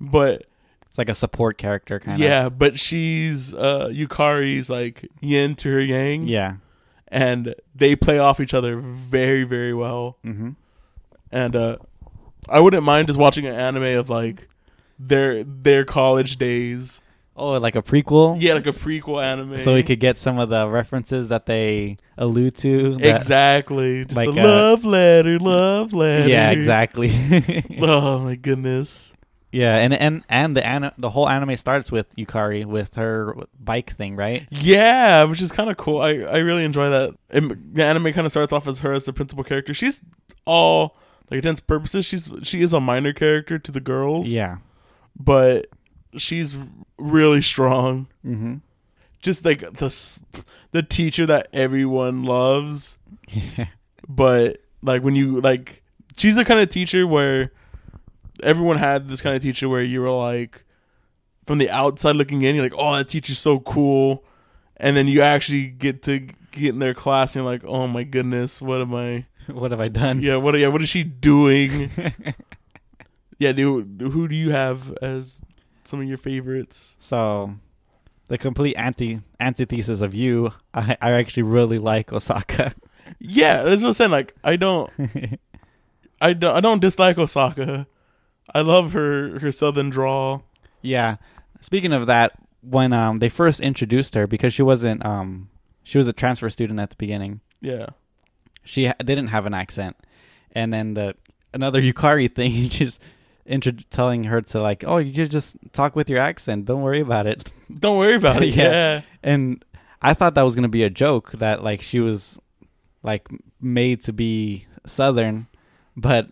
A: But
B: It's like a support character kind of.
A: yeah, but she's uh Yukari's like yin to her yang,
B: yeah.
A: and they play off each other very very well.
B: Mm-hmm.
A: And uh, I wouldn't mind just watching an anime of like their their college days.
B: Oh, like a prequel.
A: Yeah, like a prequel anime.
B: So we could get some of the references that they allude to. that-
A: exactly. Just
B: like,
A: the
B: uh,
A: love letter, love letter.
B: Yeah, exactly.
A: Oh my goodness.
B: yeah, and and and the an- the whole anime starts with Yukari with her bike thing, right?
A: Yeah, which is kind of cool. I, I really enjoy that. And the anime kind of starts off as her as the principal character. She's all like intents and purposes. She's she is a minor character to the girls.
B: Yeah.
A: but she's really strong.
B: Mm-hmm.
A: Just like the s- the teacher that everyone loves. but like when you like she's the kind of teacher where everyone had this kind of teacher where you were like from the outside looking in you're like oh that teacher's so cool and then you actually get to get in their class and you're like oh my goodness what am i
B: what have I done?
A: yeah what yeah what is she doing yeah dude who do you have as some of your favorites
B: So, the complete anti antithesis of you, I, I actually really like Osaka.
A: yeah that's what i'm saying like i don't i don't i don't dislike osaka i love her her southern drawl
B: yeah. Speaking of that, when um they first introduced her, because she wasn't um she was a transfer student at the beginning,
A: yeah
B: she ha- didn't have an accent, and then the another Yukari thing, just intro- telling her to like, oh, you could just talk with your accent. Don't worry about it.
A: Don't worry about it.
B: Yeah.
A: yeah.
B: and I thought that was gonna be a joke that like she was like made to be southern, but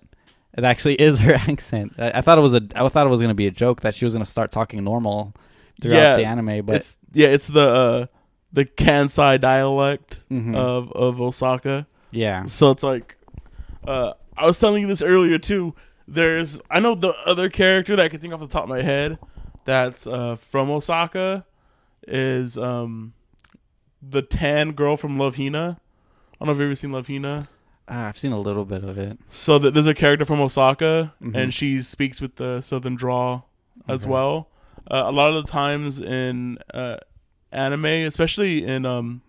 B: It actually is her accent. I, I thought it was a. I thought it was gonna be a joke that she was gonna start talking normal throughout
A: Yeah,
B: the anime, but
A: it's yeah, it's the uh, the Kansai dialect
B: Mhm.
A: of of Osaka.
B: yeah,
A: So it's like, uh, I was telling you this earlier too. There's, I know the other character that I can think off the top of my head that's uh, from Osaka is um, the tan girl from Love Hina. I don't know if you've ever seen Love Hina.
B: Ah, I've seen a little bit of it.
A: So th- there's a character from Osaka,
B: Mhm.
A: and she speaks with the Southern drawl as
B: Okay.
A: well. Uh, a lot of the times in uh, anime, especially in um,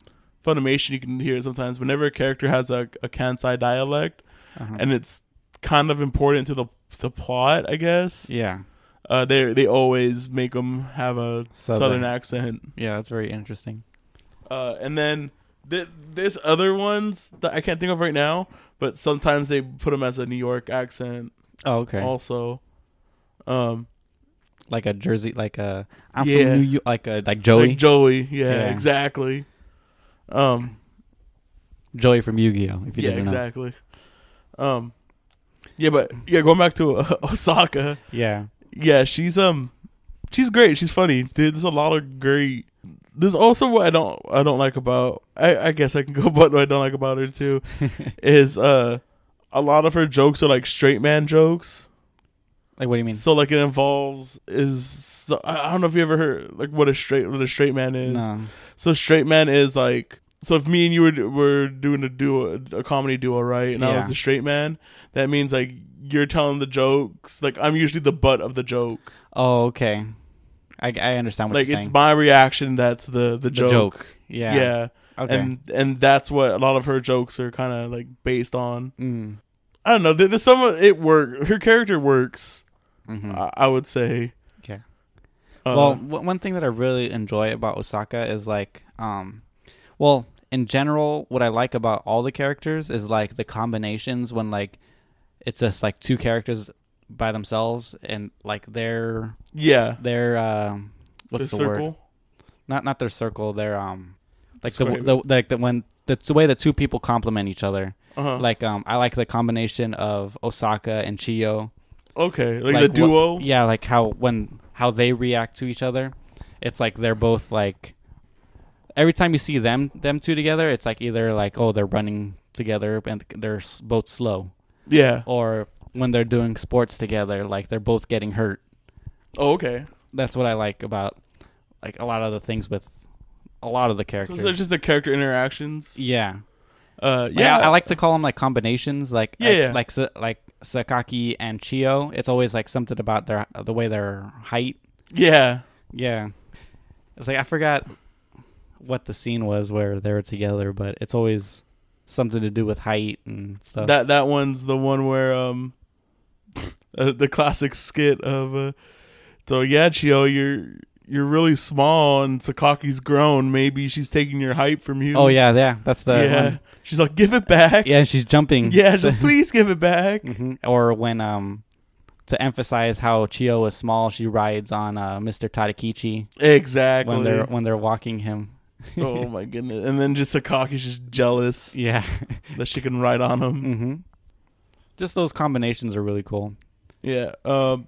A: Funimation, you can hear it sometimes. Whenever a character has a, a Kansai dialect,
B: Uh-huh.
A: and it's kind of important to the the plot, I guess.
B: yeah,
A: Uh, they they always make them have a
B: Southern.
A: southern, accent.
B: yeah, that's very interesting.
A: Uh, and then th- there's other ones that I can't think of right now, but sometimes they put them as a New York accent
B: Oh, okay.
A: also. Um,
B: like a Jersey, like a I'm
A: Yeah.
B: from New York, like a like Joey,
A: like Joey, yeah,
B: Yeah.
A: exactly. Um,
B: Joey from Yu-Gi-Oh. If you
A: yeah,
B: didn't know,
A: exactly. Um, yeah, but yeah, going back to uh, Osaka.
B: yeah,
A: yeah, she's um, she's great. She's funny. Dude, there's a lot of great. There's also what I don't I don't like about. I, I guess I can go. But what I don't like about her too is uh, a lot of her jokes are like straight man jokes.
B: like what do you mean?
A: So like it involves is so, I I don't know if you ever heard like what a straight what a straight man is.
B: no,
A: So straight man is like so if me and you were were doing a duo a comedy duo right and I was
B: Yeah.
A: the straight man that means like you're telling the jokes like I'm usually the butt of the joke.
B: oh okay, I, I understand what
A: like
B: you're
A: it's
B: saying.
A: my reaction that's the the
B: the
A: joke,
B: yeah,
A: yeah,
B: okay.
A: and and that's what a lot of her jokes are kind of like based on
B: Mm.
A: i don't know there- there's some of it work her character works
B: hmm
A: I, I would say
B: Okay.
A: Uh,
B: well, w- one thing that I really enjoy about Osaka is like, um, well, in general, what I like about all the characters is like the combinations when like it's just like two characters by themselves and like their
A: yeah
B: their um, what's the,
A: the,
B: word?
A: circle
B: Not not their circle. Their um, like the,
A: Square.
B: the like the when the, the way the two people complement each other.
A: uh-huh.
B: Like um, I like the combination of Osaka and Chiyo.
A: okay like, the
B: wha-
A: duo
B: yeah, like how when how they react to each other, it's like they're both like. Every time you see them them two together, it's like either like oh they're running together and they're s- both slow,
A: yeah
B: or when they're doing sports together, like they're both getting hurt.
A: oh, okay
B: That's what I like about like a lot of the things with a lot of the
A: so
B: characters.
A: it's just the character interactions
B: yeah,
A: uh
B: yeah.
A: yeah
B: I, I like to call them like combinations, like
A: Yeah, yeah.
B: like like, like Sakaki and Chio. It's always like something about their the way their height
A: yeah
B: Yeah. It's like I forgot what the scene was where they were together, but it's always something to do with height and stuff.
A: That that one's the one where um uh, the classic skit of uh, so yeah, Chio, you're you're really small and Sakaki's grown. Maybe she's taking your height from you.
B: oh yeah, yeah, that's the
A: yeah.
B: one.
A: She's like, give it back.
B: yeah. She's jumping.
A: yeah. she's like, please give it back.
B: Mhm. Or when um to emphasize how Chio is small, she rides on uh, Mr. Tadakichi when they're
A: Exactly.
B: when they're walking him.
A: oh my goodness. And then just Sakaki's just jealous
B: Yeah.
A: that she can ride on him.
B: hmm Just those combinations are really cool.
A: Yeah. Um,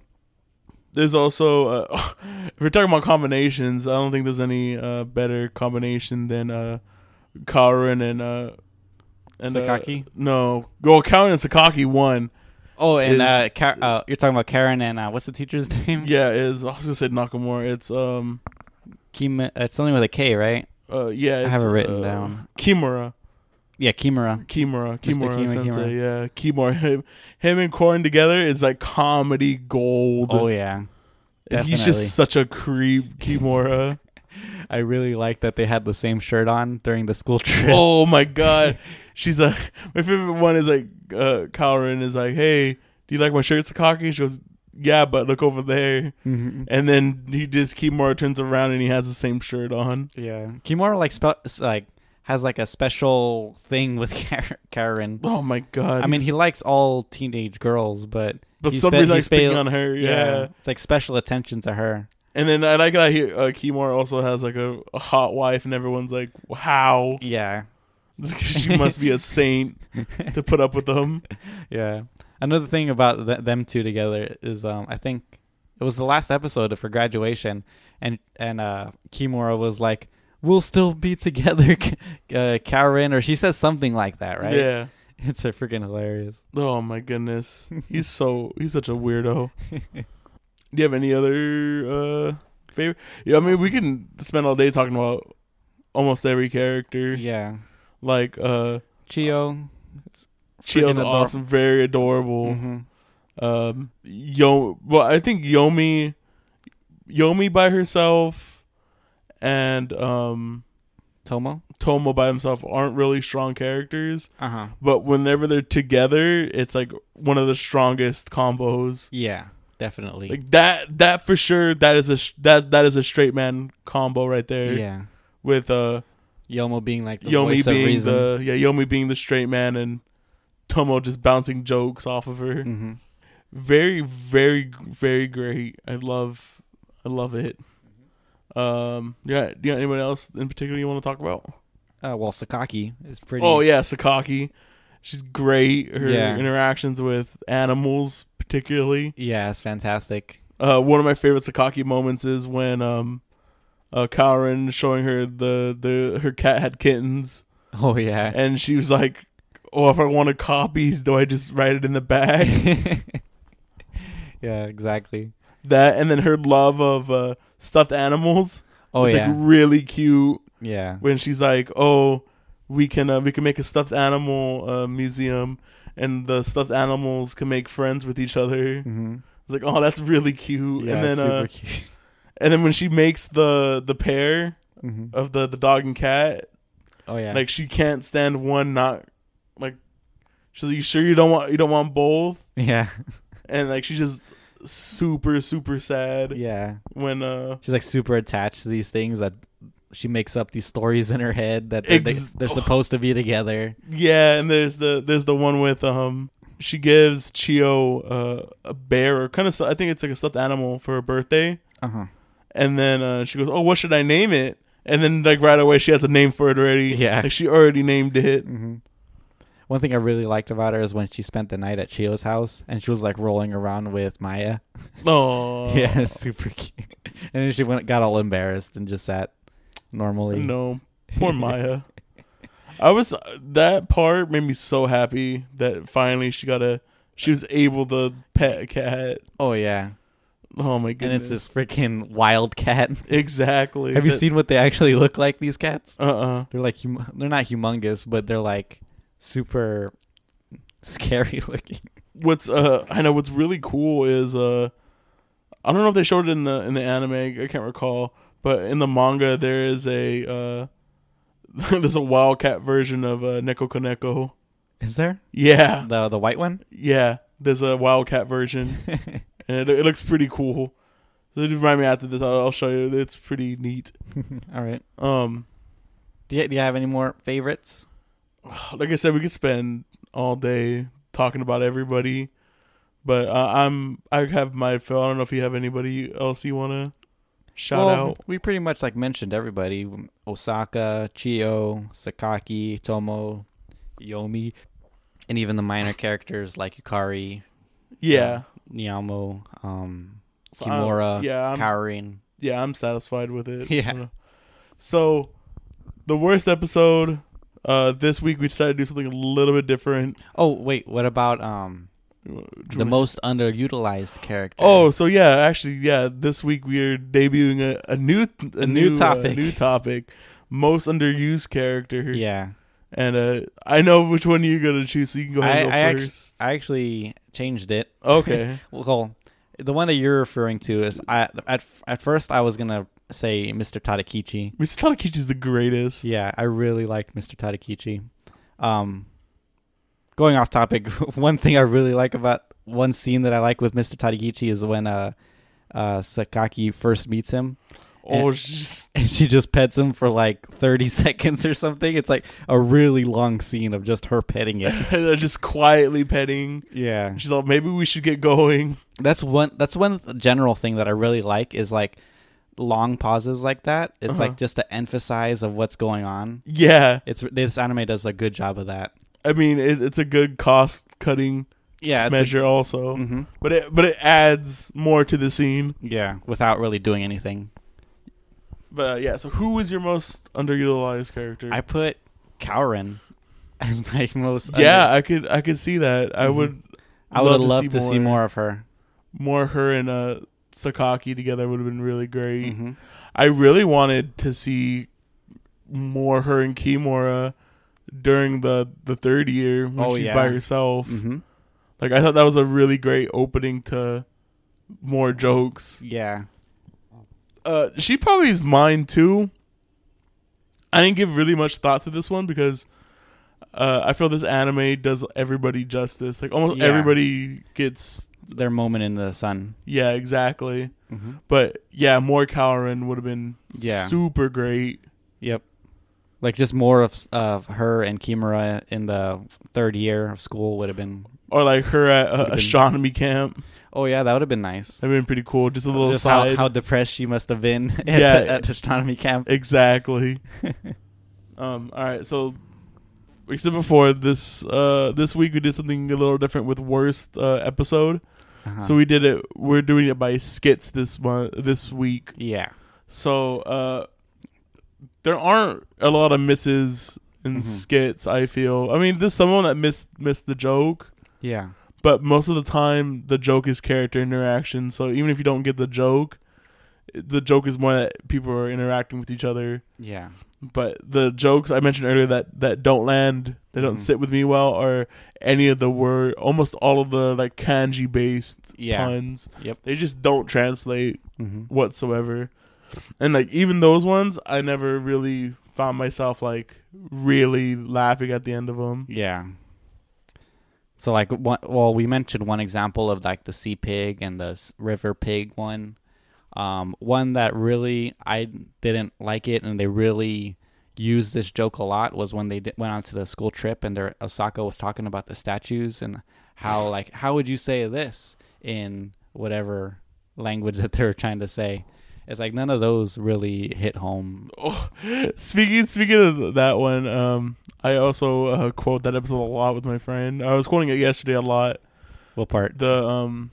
A: there's also uh, if we're talking about combinations, I don't think there's any uh, better combination than uh, Karen and uh, and uh,
B: Sakaki?
A: no, well, Karen and Sakaki won.
B: Oh, and
A: Is-
B: uh, Ka- uh, you're talking about Karen and uh, what's the teacher's name?
A: Yeah, is I was gonna say Nakamura. It's um,
B: Kima- it's something with a K, right?
A: uh, yeah,
B: I
A: it's,
B: have it written
A: uh,
B: down.
A: Kimura,
B: Yeah, Kimura.
A: Kimura,
B: Mr.
A: Kimura,
B: Kima,
A: sensei.
B: Kimura.
A: Yeah, Kimura. Him, him and Corn together is like comedy gold.
B: Oh yeah,
A: He's
B: definitely.
A: just such a creep, Kimura.
B: I really like that they had the same shirt on during the school trip.
A: oh my god she's a my favorite one is like uh Kyron is like hey do you like my shirt Sakaki she goes yeah but look over there
B: Mhm.
A: and then he just Kimura turns around and he has the same shirt on
B: yeah, Kimura like spe- s- like has like a special thing with Kar- Karen.
A: oh my god
B: I mean,
A: he's-
B: he likes all teenage girls, but
A: but
B: he
A: some
B: spe-
A: reason
B: he
A: like speaking
B: spe-
A: on her yeah.
B: it's like special attention to her.
A: and then I like that he uh, Kimura also has like a, a hot wife and everyone's like wow
B: Yeah,
A: she must be a saint to put up with them
B: yeah. Another thing about th- them two together is um, I think it was the last episode for graduation, and and uh, Kimura was like, "We'll still be together, uh, Karen," or she says something like that, right?
A: Yeah.
B: It's a freaking hilarious.
A: Oh my goodness. He's so he's such a weirdo. Do you have any other uh favorite? Yeah, I mean we can spend all day talking about almost every character.
B: Yeah,
A: Like uh
B: Chio.
A: Chio's
B: Freaking ador-
A: awesome, very adorable.
B: Mhm.
A: Um Yo well, I think Yomi Yomi by herself and um
B: Tomo.
A: Tomo by himself aren't really strong characters,
B: Uh huh.
A: but whenever they're together, it's like one of the strongest combos.
B: Yeah, definitely.
A: Like that that for sure that is a sh- that that is a straight man combo right there
B: yeah,
A: with uh
B: Yomo being like the
A: Yomi
B: voice of
A: being
B: reason.
A: the yeah Yomi being the straight man and Tomo just bouncing jokes off of her.
B: Mhm.
A: Very very very great. I love I love it. Um yeah, do you got anyone else in particular you want to talk about?
B: Uh, well, Sakaki is pretty.
A: Oh yeah, Sakaki. She's great. Her
B: Yeah.
A: interactions with animals particularly
B: Yeah, it's fantastic.
A: Uh, one of my favorite Sakaki moments is when um, uh, Karen is showing her the the her cat had kittens,
B: Oh yeah.
A: and she was like, "Oh, if I wanted copies, do I just write it in the bag?"
B: yeah, exactly.
A: that and then her love of uh, stuffed animals
B: Oh
A: is
B: yeah,
A: like really cute
B: yeah,
A: when she's like, "Oh, we can uh, we can make a stuffed animal uh, museum." And the stuffed animals can make friends with each other. It's
B: mm-hmm.
A: like, oh, that's really cute.
B: yeah
A: and then,
B: super
A: uh,
B: cute.
A: and then when she makes the the pair,
B: hmm
A: of the the dog and cat.
B: Oh yeah,
A: Like she can't stand one not like she's like, you sure you don't want you don't want both?
B: yeah,
A: And like she's just super, super sad
B: yeah.
A: when uh
B: She's like super attached to these things that she makes up these stories in her head that they're,
A: Ex- oh.
B: they, are supposed to be together.
A: yeah, and there's the there's the one with um she gives Chio uh, a bear or kind of I think it's like a stuffed animal for her birthday.
B: Uh huh.
A: And then uh, she goes, "Oh, what should I name it?" And then like right away she has a name for it already.
B: Yeah.
A: Like she already named it.
B: hmm One thing I really liked about her is when she spent the night at Chio's house and she was like rolling around with Maya.
A: Oh.
B: yeah, it's super cute. And then she went, got all embarrassed and just sat normally.
A: No, poor Maya. I was that part made me so happy that finally she got a she was able to pet a cat.
B: Oh yeah,
A: Oh my goodness!
B: and it's this freaking wild cat.
A: exactly.
B: Have you seen what they actually look like? These cats?
A: Uh uh
B: They're like hum- they're not humongous, but they're like super scary looking.
A: What's uh I know what's really cool is uh I don't know if they showed it in the in the anime. I can't recall, but in the manga there is a uh there's a wildcat version of uh, Neko Koneko.
B: Is there
A: Yeah,
B: the the white one?
A: yeah. There's a wildcat version. and it, it looks pretty cool. So just remind me after this, I'll, I'll show you. It's pretty neat.
B: all right.
A: Um,
B: Do you, do you have any more favorites?
A: like I said, we could spend all day talking about everybody, but uh, I'm I have my fill. I don't know if you have anybody else you want to shout
B: Well,
A: out.
B: We pretty much like mentioned everybody: Osaka, Chio, Sakaki, Tomo, Yomi, and even the minor characters like Yukari,
A: Yeah,
B: Niyamo, um,
A: So I'm-
B: Kimura,
A: yeah, I'm-
B: Karin.
A: yeah, I'm satisfied with it.
B: Yeah.
A: I don't know. So, the worst episode. Uh, this week we decided to do something a little bit different.
B: Oh wait, what about um the most underutilized character?
A: Oh, so yeah, actually, yeah. This week we are debuting a, a new a,
B: new
A: uh,
B: topic.
A: new topic, most underused character.
B: yeah.
A: and uh, I know which one you're gonna choose, so you can go
B: I,
A: ahead
B: I,
A: and go
B: actually,
A: first.
B: I actually changed it.
A: okay,
B: Well, the one that you're referring to is I at at first I was gonna say Mr. Tadakichi.
A: Mr. Tadakichi's the greatest.
B: Yeah, I really liked Mr. Tadakichi. Um, going off topic, one thing I really like about one scene that I like with Mr. Tadakichi is when uh, uh, Sakaki first meets him
A: Oh, she's just,
B: and she just pets him for like 30 seconds or something. It's like a really long scene of just her petting it.
A: they're just quietly petting.
B: Yeah.
A: She's like, maybe we should get going.
B: That's one that's one general thing that I really like is like long pauses like that. It's
A: Uh-huh.
B: like just to emphasize of what's going on.
A: Yeah,
B: It's this anime does a good job of that.
A: I mean, it, it's a good cost cutting
B: yeah, it's a-
A: measure also.
B: Mhm.
A: But it but it adds more to the scene.
B: yeah, without really doing anything.
A: But uh, yeah, so who was your most underutilized character?
B: I put Cowran as my most.
A: yeah, I could I could see that. I
B: Mhm.
A: would
B: I would have loved to see more of her.
A: more her and uh Sakaki together would have been really great.
B: hmm
A: I really wanted to see more her and Kimura during the the third year when
B: Oh,
A: she's
B: yeah.
A: by herself.
B: hmm
A: Like I thought that was a really great opening to more jokes.
B: Yeah,
A: Uh she probably is mine too. I didn't give really much thought to this one because uh, I feel this anime does everybody justice. Like almost
B: Yeah.
A: everybody gets
B: their moment in the sun.
A: yeah, exactly.
B: Mm-hmm.
A: But yeah, more Cowran would have been
B: Yeah.
A: super great.
B: Yep. Like just more of of her and Kimura in the third year of school would have been.
A: Or like her at uh,
B: Would've been-
A: astronomy camp.
B: Oh yeah, that would have been nice.
A: That'd been pretty cool. Just a little
B: just how,
A: side.
B: how depressed she must have been at,
A: Yeah.
B: the, at the astronomy camp.
A: exactly. um. All right. So, we said before this. Uh, this week we did something a little different with worst uh, episode.
B: Uh-huh.
A: So we did it. We're doing it by skits this month. This week.
B: yeah,
A: So uh, there aren't a lot of misses in
B: Mhm.
A: skits. I feel. I mean, there's someone that missed missed the joke.
B: yeah,
A: but most of the time the joke is character interaction so even if you don't get the joke the joke is more that people are interacting with each other
B: yeah,
A: but the jokes i mentioned earlier that that don't land they don't
B: Mhm.
A: sit with me well are any of the word almost all of the like kanji based
B: Yeah.
A: puns
B: Yep.
A: they just don't translate
B: mm-hmm.
A: whatsoever and like even those ones i never really found myself like really laughing at the end of them
B: yeah. So like, one, well, we mentioned one example of like the sea pig and the s- river pig one. Um, one that really I didn't like it, and they really used this joke a lot was when they did, went on to the school trip, and their Osaka was talking about the statues and how like how would you say this in whatever language that they were trying to say. It's like none of those really hit home.
A: Oh, speaking speaking of that one, um, I also uh, quote that episode a lot with my friend. I was quoting it yesterday a lot.
B: What part?
A: The um,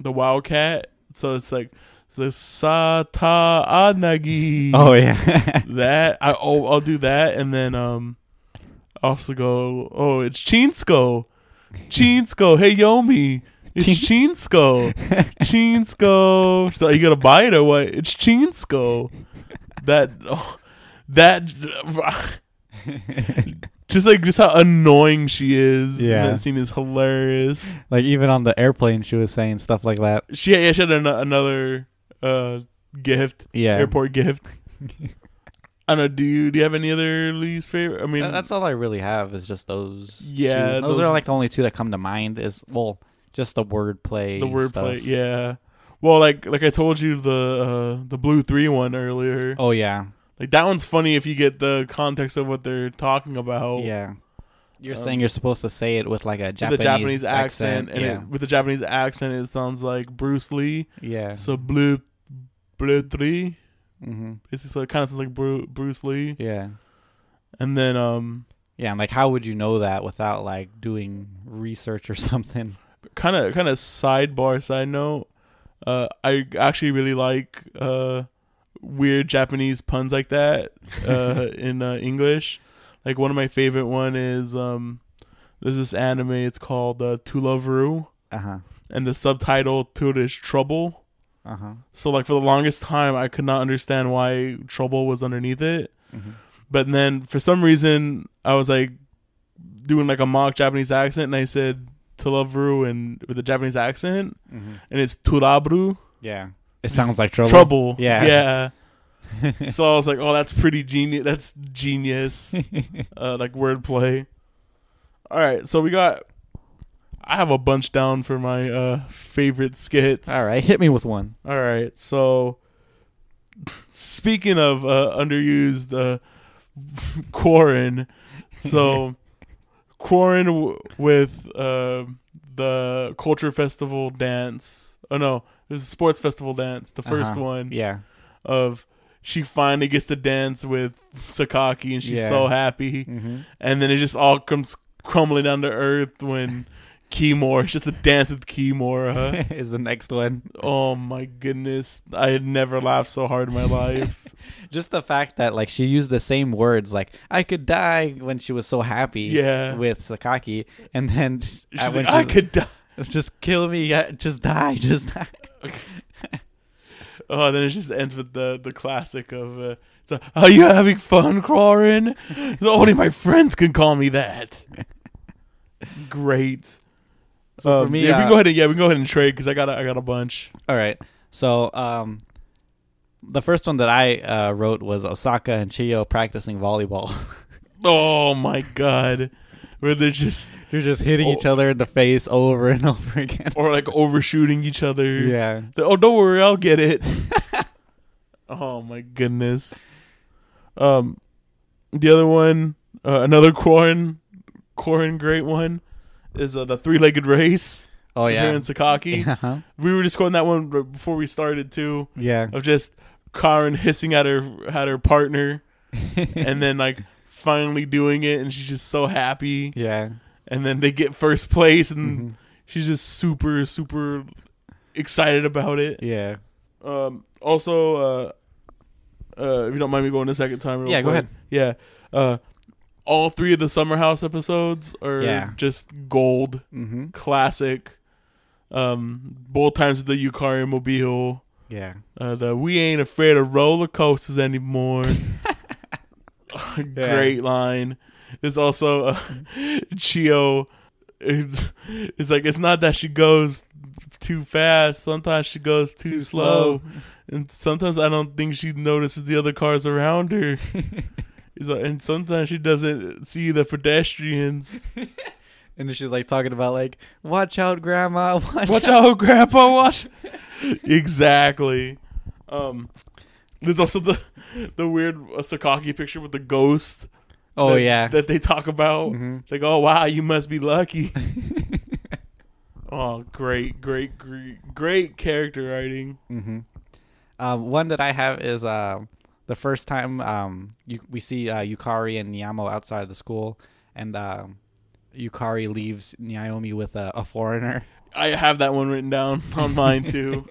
A: the wildcat. So it's like the sata anagi.
B: Oh yeah.
A: that I oh I'll do that, and then um, I also go oh it's Chinsko, Chinsko. Hey Yomi, it's Chinsko, Chinsko. So you gonna buy it or what? It's Chinsko. That oh, that just like just how annoying she is. in
B: Yeah.
A: that scene is hilarious.
B: Like even on the airplane, she was saying stuff like that.
A: She yeah, she had an, another uh gift
B: Yeah,
A: airport gift. I don't know. Do you do you have any other least favorite? I mean,
B: Th- That's all I really have is just those.
A: Yeah,
B: two. those,
A: those-
B: are like the only two that come to mind. Is well, just the wordplay.
A: the wordplay.
B: stuff.
A: Yeah. Well, like like I told you the uh, the blue three one earlier.
B: Oh yeah,
A: Like that one's funny if you get the context of what they're talking about.
B: yeah. You're
A: Oh. Um,
B: saying you're supposed to say it with like a
A: With
B: Japanese,
A: the Japanese accent, and
B: yeah,
A: it, with the Japanese accent, it sounds like Bruce Lee.
B: yeah.
A: So blue, blue three.
B: hmm
A: It's just, so it kind of sounds like Bru- Bruce Lee.
B: yeah,
A: And then um,
B: yeah. And like, how would you know that without like doing research or something?
A: kind of kind of sidebar side note uh i actually really like uh weird japanese puns like that uh in uh, english like one of my favorite one is um there's this anime it's called uh to love Ru,
B: Uh huh.
A: and the subtitle to it is trouble
B: Uh huh.
A: so like for the longest time i could not understand why trouble was underneath it
B: hmm
A: but then for some reason I was like doing like a mock Japanese accent and I said Tulabru and with a Japanese accent
B: hmm
A: and it's Tulabru
B: Yeah. It sounds like trouble.
A: trouble.
B: Yeah.
A: Yeah. so I was like, oh that's pretty genius that's genius. uh like wordplay. Alright, so we got I have a bunch down for my uh favorite skits.
B: All right, hit me with one.
A: All right. So, speaking of uh, underused uh, Quarren, so Quarren w- with uh, the culture festival dance. Oh no, there's a sports festival dance. The 1st
B: Uh-huh.
A: one
B: Yeah.
A: of she finally gets to dance with Sakaki, and she's
B: Yeah.
A: so happy.
B: Mm-hmm.
A: And then it just all comes crumbling down to earth when Kimura. It's just a dance with Kimura.
B: is the next one.
A: oh my goodness. I had never laughed so hard in my life.
B: Just the fact that like she used the same words, like "I could die" when she was so happy,
A: Yeah.
B: with Sakaki, and then
A: She's
B: uh,
A: like,
B: when
A: I
B: she's-
A: could die.
B: just kill me, uh, just die, just die.
A: Oh, then it just ends with the the classic of, uh, it's a, "Are you having fun, Crawrin?" So only my friends can call me that. Great.
B: So for
A: Um,
B: me,
A: yeah, we
B: uh,
A: can go ahead and yeah, we can go ahead and trade because I got a, I got a bunch.
B: All right. So, um, the first one that I uh, wrote was Osaka and Chio practicing volleyball.
A: Oh my god, where they're just
B: They're just hitting
A: Oh.
B: each other in the face over and over again.
A: or like overshooting each other.
B: yeah.
A: They're, oh, don't worry, I'll get it. oh my goodness. Um, the other one, uh, another Quarren, Quarren great one, is uh, the three-legged race.
B: Oh
A: with her
B: yeah.
A: and Sakaki.
B: Uh-huh.
A: We were just going that one r- before we started too,
B: Yeah.
A: of just Karin hissing at her at her partner, and then like finally doing it, and she's just so happy.
B: yeah.
A: And then they get first place, and
B: Mhm.
A: she's just super super excited about it.
B: Yeah.
A: Um, also, uh, uh, if you don't mind me going a second time, real
B: Yeah, go
A: quick.
B: ahead.
A: Yeah, uh, all three of the Summer House episodes are
B: Yeah.
A: just gold
B: Mm-hmm.
A: classic. Um, both times with the Yukari Mobile.
B: Yeah.
A: Uh, the we ain't afraid of roller coasters anymore. Great line. There's also uh, Chio. It's, it's like it's not that she goes too fast. Sometimes she goes too, slow, and sometimes I don't think she notices the other cars around her. It's like- and sometimes she doesn't see the pedestrians.
B: And then she's like talking about like, "Watch out, Grandma! Watch,
A: Watch
B: out!"
A: out, Grandpa! Watch. exactly. Um, there's also the the weird uh, Sakaki picture with the ghost.
B: Oh
A: that-
B: yeah.
A: that they talk about.
B: Mhm.
A: Like, oh wow, you must be lucky. oh, great, great, great, great character writing.
B: Mm-hmm. Um, one that I have is um the first time um, you, we see uh, Yukari and Nyamo outside of the school, and um, Yukari leaves Naomi with a, a foreigner.
A: I have that one written down on mine too.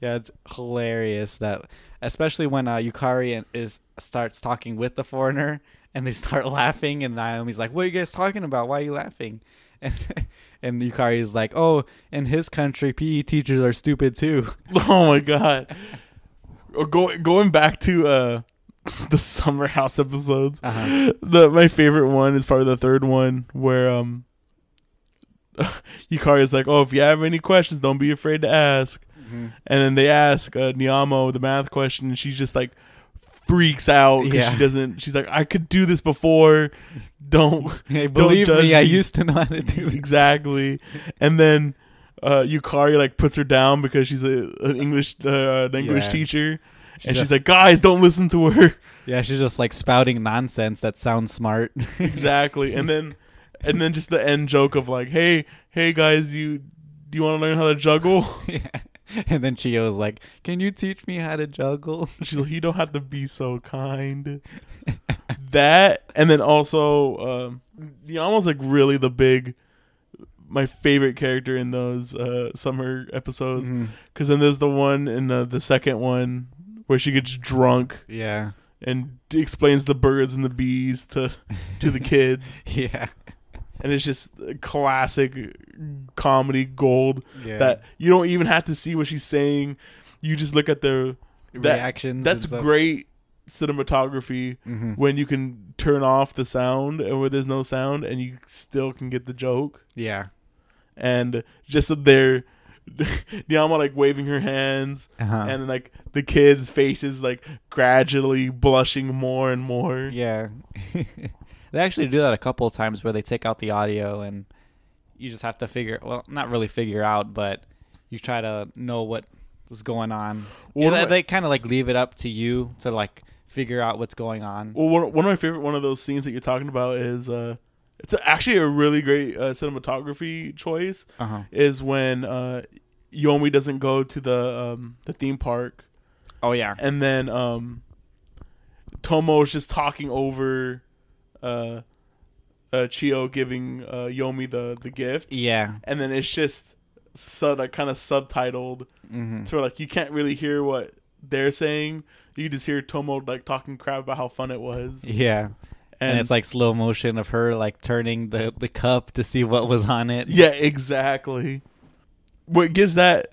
B: Yeah, it's hilarious that, especially when uh, Yukari and- is starts talking with the foreigner, and they start laughing, and Naomi's like, "What are you guys talking about? Why are you laughing?" And and Yukari is like, "Oh, in his country, PE teachers are stupid too."
A: oh my god. Or go, going back to uh, the summer house episodes.
B: Uh-huh.
A: The my favorite one is probably the third one where um. Yukari is like, oh, if you have any questions, don't be afraid to ask.
B: Mm-hmm.
A: And then they ask uh, Niamo the math question, and she just like freaks out because
B: Yeah.
A: she doesn't. She's like, "I could do this before. Don't
B: Hey,
A: Don't
B: believe
A: judge
B: me, I
A: me.
B: used to know how to do this.
A: exactly." And then uh, Yukari like puts her down because she's a, an English uh, an English
B: Yeah.
A: teacher,
B: She
A: and
B: just-
A: she's like, "Guys, don't listen to her."
B: Yeah, she's just like spouting nonsense that sounds smart.
A: exactly. And then and then just the end joke of like, "Hey, hey guys, you do you want to learn how to juggle?"
B: yeah. And then Chio's like, Can you teach me how to juggle?
A: She's like, you don't have to be so kind. that and then also, um, Yama's like really the big, my favorite character in those uh, summer episodes.
B: Mm-hmm.
A: Because then there's the one in uh, the, the second one where she gets drunk
B: Yeah.
A: and explains the birds and the bees to to the kids,
B: Yeah.
A: and it's just classic comedy gold.
B: Yeah.
A: That you don't even have to see what she's saying. You just look at the that-
B: reactions. and
A: that's
B: stuff.
A: great cinematography
B: Mhm.
A: when you can turn off the sound and where there's no sound and you still can get the joke
B: Yeah.
A: and just there Nyama like waving her hands
B: Uh-huh.
A: and like the kids faces like gradually blushing more and more
B: yeah. they actually do that a couple of times where they take out the audio and you just have to figure well, not really figure out, but you try to know what is going on.
A: Well, what
B: Yeah, they
A: am I-
B: they kind of like leave it up to you to like figure out what's going on.
A: well one, one of my favorite one of those scenes that you're talking about is uh it's actually a really great uh, cinematography choice
B: Uh-huh.
A: is when uh Yomi doesn't go to the um the theme park
B: Oh yeah.
A: and then um Tomo's just talking over uh uh, Chio giving uh, Yomi the the gift,
B: Yeah.
A: and then it's just sub like kind of subtitled
B: Mm-hmm.
A: to where like you can't really hear what they're saying. You just hear Tomo like talking crap about how fun it was,
B: Yeah. And, it's like slow motion of her like turning the, the cup to see what was on it.
A: yeah, exactly. What gives that?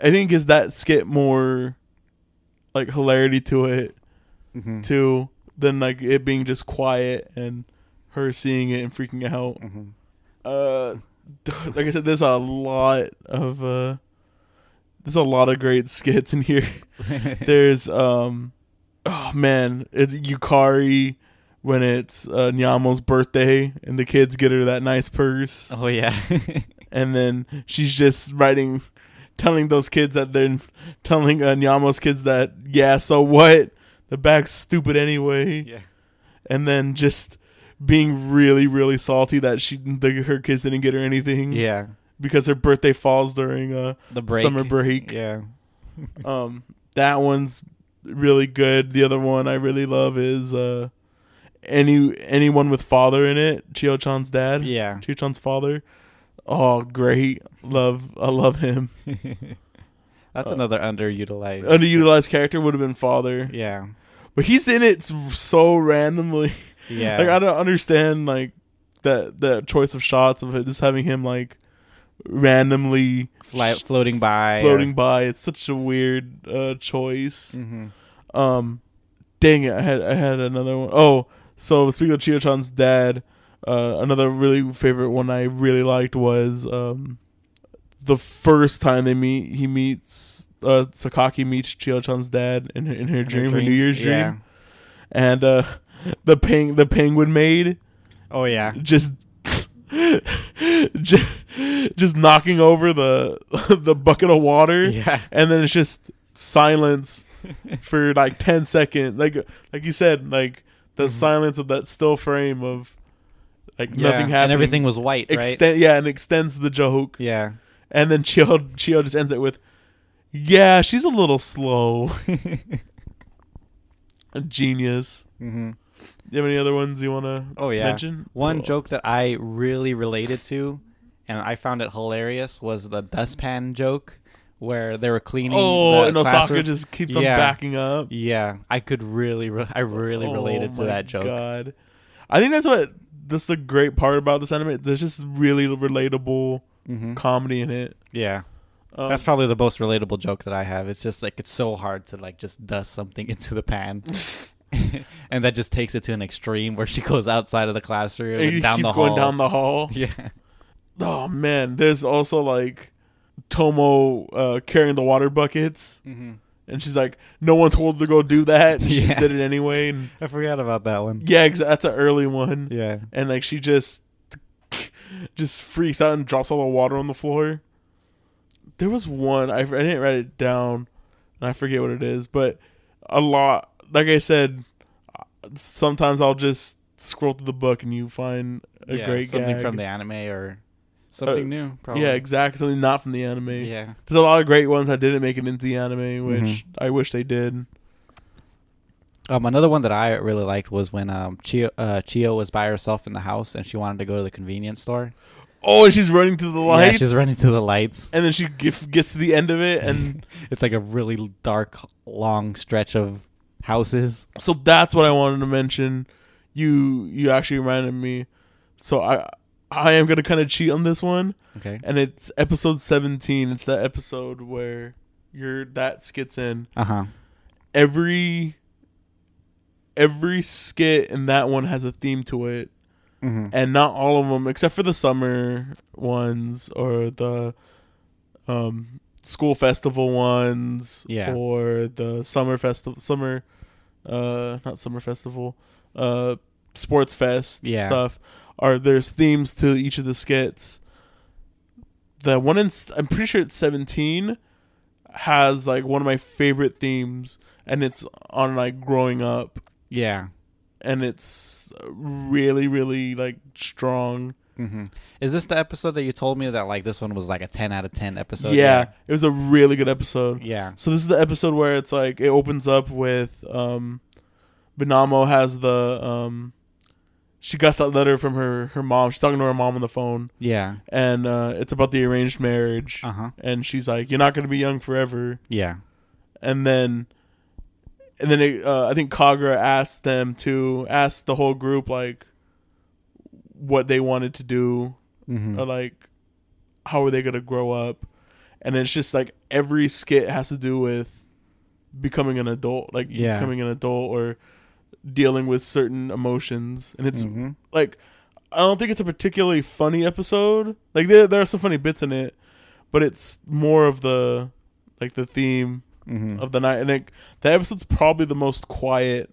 A: I think gives that skit more like hilarity to it
B: Mm-hmm.
A: too than like it being just quiet and her seeing it and freaking out. Uh, like I said, there's a lot of uh, there's a lot of great skits in here. There's um, oh man, it's Yukari when it's uh, Nyamo's birthday and the kids get her that nice purse,
B: oh yeah.
A: and then she's just writing, telling those kids that they're telling uh, Nyamo's kids that yeah, so what? The back's stupid anyway
B: yeah.
A: and then just being really really salty that she the, her kids didn't get her anything
B: Yeah.
A: because her birthday falls during uh
B: The break.
A: summer break
B: Yeah.
A: um that one's really good the other one i really love is uh any anyone with father in it chio chan's dad
B: Yeah.
A: chio chan's father oh great love i love him
B: That's
A: Uh,
B: another underutilized.
A: underutilized character would have been father
B: yeah.
A: but he's in it s- so randomly
B: Yeah.
A: Like I don't understand like that that choice of shots of it, just having him like randomly
B: Fly, floating by.
A: floating by. It's such a weird uh, choice.
B: hmm
A: Um, dang it! I had I had another one. Oh, so speaking of Chio-chan's dad, uh, another really favorite one I really liked was um, the first time they meet. He meets uh, Sakaki meets Chio-chan's dad in her, in her dream, her New Year's dream,
B: Yeah.
A: and uh, the peng the penguin maid
B: Oh yeah.
A: just just, just knocking over the the bucket of water
B: Yeah.
A: and then it's just silence for like 10 seconds like like you said like the
B: Mhm.
A: silence of that still frame of like
B: Yeah.
A: nothing happening
B: And everything was white, right?
A: Extend, yeah and extends the joke
B: yeah.
A: and then Chio Chio just ends it with yeah she's a little slow
B: Mm-hmm.
A: genius
B: hmm
A: you have any other ones you want to
B: Oh, yeah.
A: mention
B: One
A: Oh.
B: joke that I really related to, and I found it hilarious, was the dustpan joke where they were cleaning.
A: Oh,
B: the
A: and Osaka
B: classroom.
A: just keeps on
B: Yeah.
A: backing up.
B: Yeah, I could really, re- I really
A: Oh
B: related to
A: my
B: that joke.
A: God, I think that's what that's the great part about this anime. There's just really relatable
B: hmm
A: comedy in it.
B: Yeah,
A: Um,
B: that's probably the most relatable joke that I have. It's just like it's so hard to like just dust something into the pan. and that just takes it to an extreme where she goes outside of the classroom
A: and
B: and,
A: he
B: down
A: keeps
B: the hall.
A: going down the hall.
B: yeah.
A: Oh man, there's also like Tomo uh, carrying the water buckets,
B: hmm
A: and she's like, "No one told her to go do that." And She just
B: Yeah.
A: did it anyway. And
B: I forgot about that one.
A: yeah, 'cause that's an early one.
B: Yeah.
A: And like she just just freaks out and drops all the water on the floor. There was one I, I didn't write it down, and I forget what it is, but a lot. Like I said, uh, sometimes I'll just scroll through the book and you find a
B: yeah,
A: great
B: something
A: gag. Uh,
B: from the anime or something new. Probably.
A: yeah, exactly. Not from the anime.
B: Yeah.
A: There's a lot of great ones that didn't make it into the anime, which
B: Mhm.
A: I wish they did.
B: Um, another one that I really liked was when um Chio uh, Chio was by herself in the house and she wanted to go to the convenience store.
A: Oh, and she's running to the lights.
B: Yeah, she's running to the lights.
A: and then she gif- gets to the end of it, and
B: it's like a really dark, long stretch of houses.
A: so that's what I wanted to mention. You you actually reminded me. So I I am gonna kind of cheat on this one,
B: Okay.
A: and it's episode seventeen. It's that episode where your that skits in
B: Uh huh.
A: every every skit, and that one has a theme to it,
B: Mm-hmm.
A: and not all of them except for the summer ones or the um school festival ones
B: Yeah.
A: or the summer festival summer uh not summer festival uh sports fest
B: Yeah.
A: stuff are there's themes to each of the skits the one in s- i'm pretty sure it's 17 has like one of my favorite themes and it's on like growing up
B: Yeah.
A: and it's really really like strong
B: Mm-hmm. Is this the episode that you told me that like this one was like a ten out of ten episode?
A: yeah, it was a really good episode
B: Yeah.
A: so this is the episode where it's like it opens up with um Benamo has the um she got that letter from her her mom. She's talking to her mom on the phone,
B: Yeah.
A: and uh, it's about the arranged marriage.
B: Uh huh.
A: And she's like, "You're not going to be young forever."
B: Yeah.
A: And then, and then it, uh, I think Kagura asked them to ask the whole group like what they wanted to do
B: hmm
A: Mm. or like how are they going to grow up. And it's just like every skit has to do with becoming an adult, like
B: Yeah.
A: becoming an adult or dealing with certain emotions. And it's
B: hmm
A: like I don't think it's a particularly funny episode. Like there there are some funny bits in it, but it's more of the like the theme
B: hmm
A: of the night. And it, the episode's probably the most quiet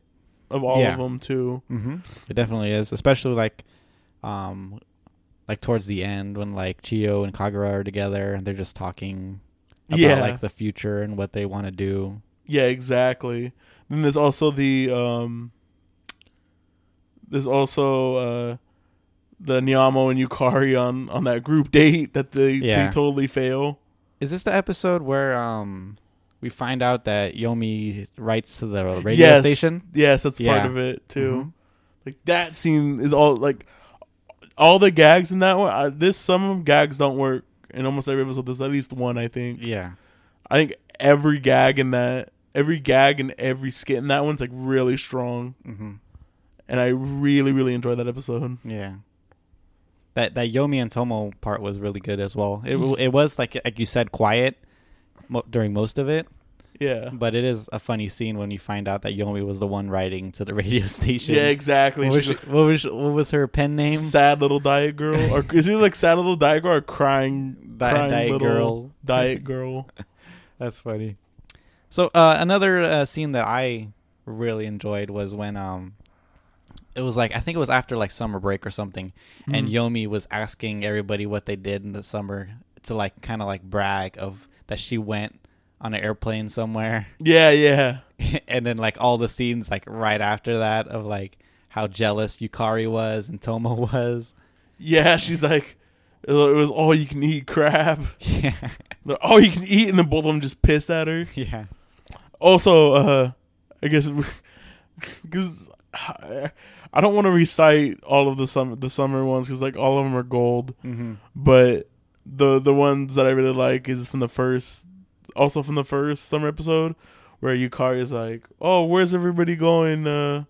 A: of all
B: Yeah.
A: of them too.
B: hmm It definitely is, especially like, um, like towards the end when like Chio and Kagura are together and they're just talking about
A: Yeah.
B: like the future and what they want to do.
A: Yeah, exactly. Then there's also the um there's also uh the Nyamo and Yukari on on that group date that they,
B: Yeah.
A: they totally fail.
B: Is this the episode where um we find out that Yomi writes to the radio
A: yes,
B: station?
A: Yes, that's
B: Yeah.
A: part of it too.
B: Mhm.
A: Like that scene is all like all the gags in that one. I, this some of 'em gags don't work in almost every episode. There's at least one I think.
B: Mm-hmm. Yeah.
A: I think every gag in that, every gag and every skit in that one's like really strong,
B: hmm
A: and I really really enjoy that episode.
B: Yeah. That that Yomi and Tomo part was really good as well.
A: Mm.
B: It w- it was like like you said quiet mo- during most of it,
A: Yeah,
B: but it is a funny scene when you find out that Yomi was the one writing to the radio station.
A: yeah, exactly.
B: What was,
A: She's
B: she- what was what was her pen
A: a
B: name?
A: sad little diet girl, or is it like sad little diet girl or crying,
B: Di-
A: crying
B: Diet
A: little
B: Girl.
A: diet girl?
B: That's funny. So uh, another uh, scene that I really enjoyed was when um, it was like I think it was after like summer break or something, and
A: Mhm.
B: Yomi was asking everybody what they did in the summer to like kind of like brag of that she went on an airplane somewhere,
A: Yeah, yeah,
B: and then like all the scenes like right after that of like how jealous Yukari was and Tomo was.
A: yeah. She's like, it was all you can eat crab.
B: Yeah,
A: They're all you can eat, and then both of them just pissed at her.
B: yeah,
A: Also, uh, I guess because I don't want to recite all of the summer the summer ones because like all of them are gold,
B: mm-hmm.
A: but the the ones that I really like is from the first, also from the first summer episode where Yukari is like, "Oh, where's everybody going? Uh,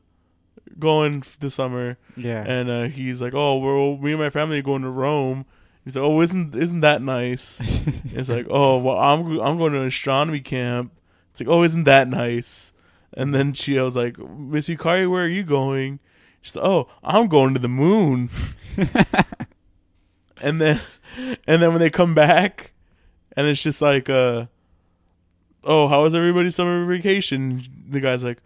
A: going f- this summer?"
B: yeah,
A: And uh, he's like, "Oh, well, me and my family are going to Rome." He's like, "Oh, isn't isn't that nice?" It's like, oh well, I'm I'm going to an astronomy camp. It's like, oh, isn't that nice? And then she I was like, Miss Yukari, where are you going? She's like, oh, I'm going to the moon. and then, and then when they come back, and it's just like, uh, oh, how was everybody's summer vacation? The guy's like,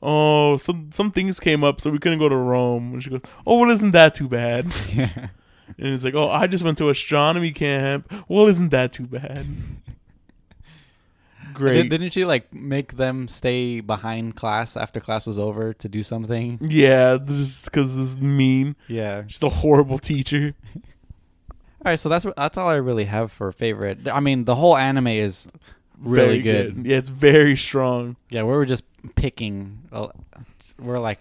A: oh, some some things came up, so we couldn't go to Rome. And she goes, oh, well, isn't that too bad?
B: yeah.
A: And it's like, oh, I just went to astronomy camp. Well, isn't that too bad? Great.
B: Did, didn't she like make them stay behind class after class was over to do something?
A: yeah, just because this is mean.
B: Yeah.
A: She's a horrible teacher.
B: All right, so that's what- that's all I really have for favorite. I mean, the whole anime is really
A: Very
B: good.
A: Yeah, it's very strong.
B: Yeah, we were just picking. uh, We're like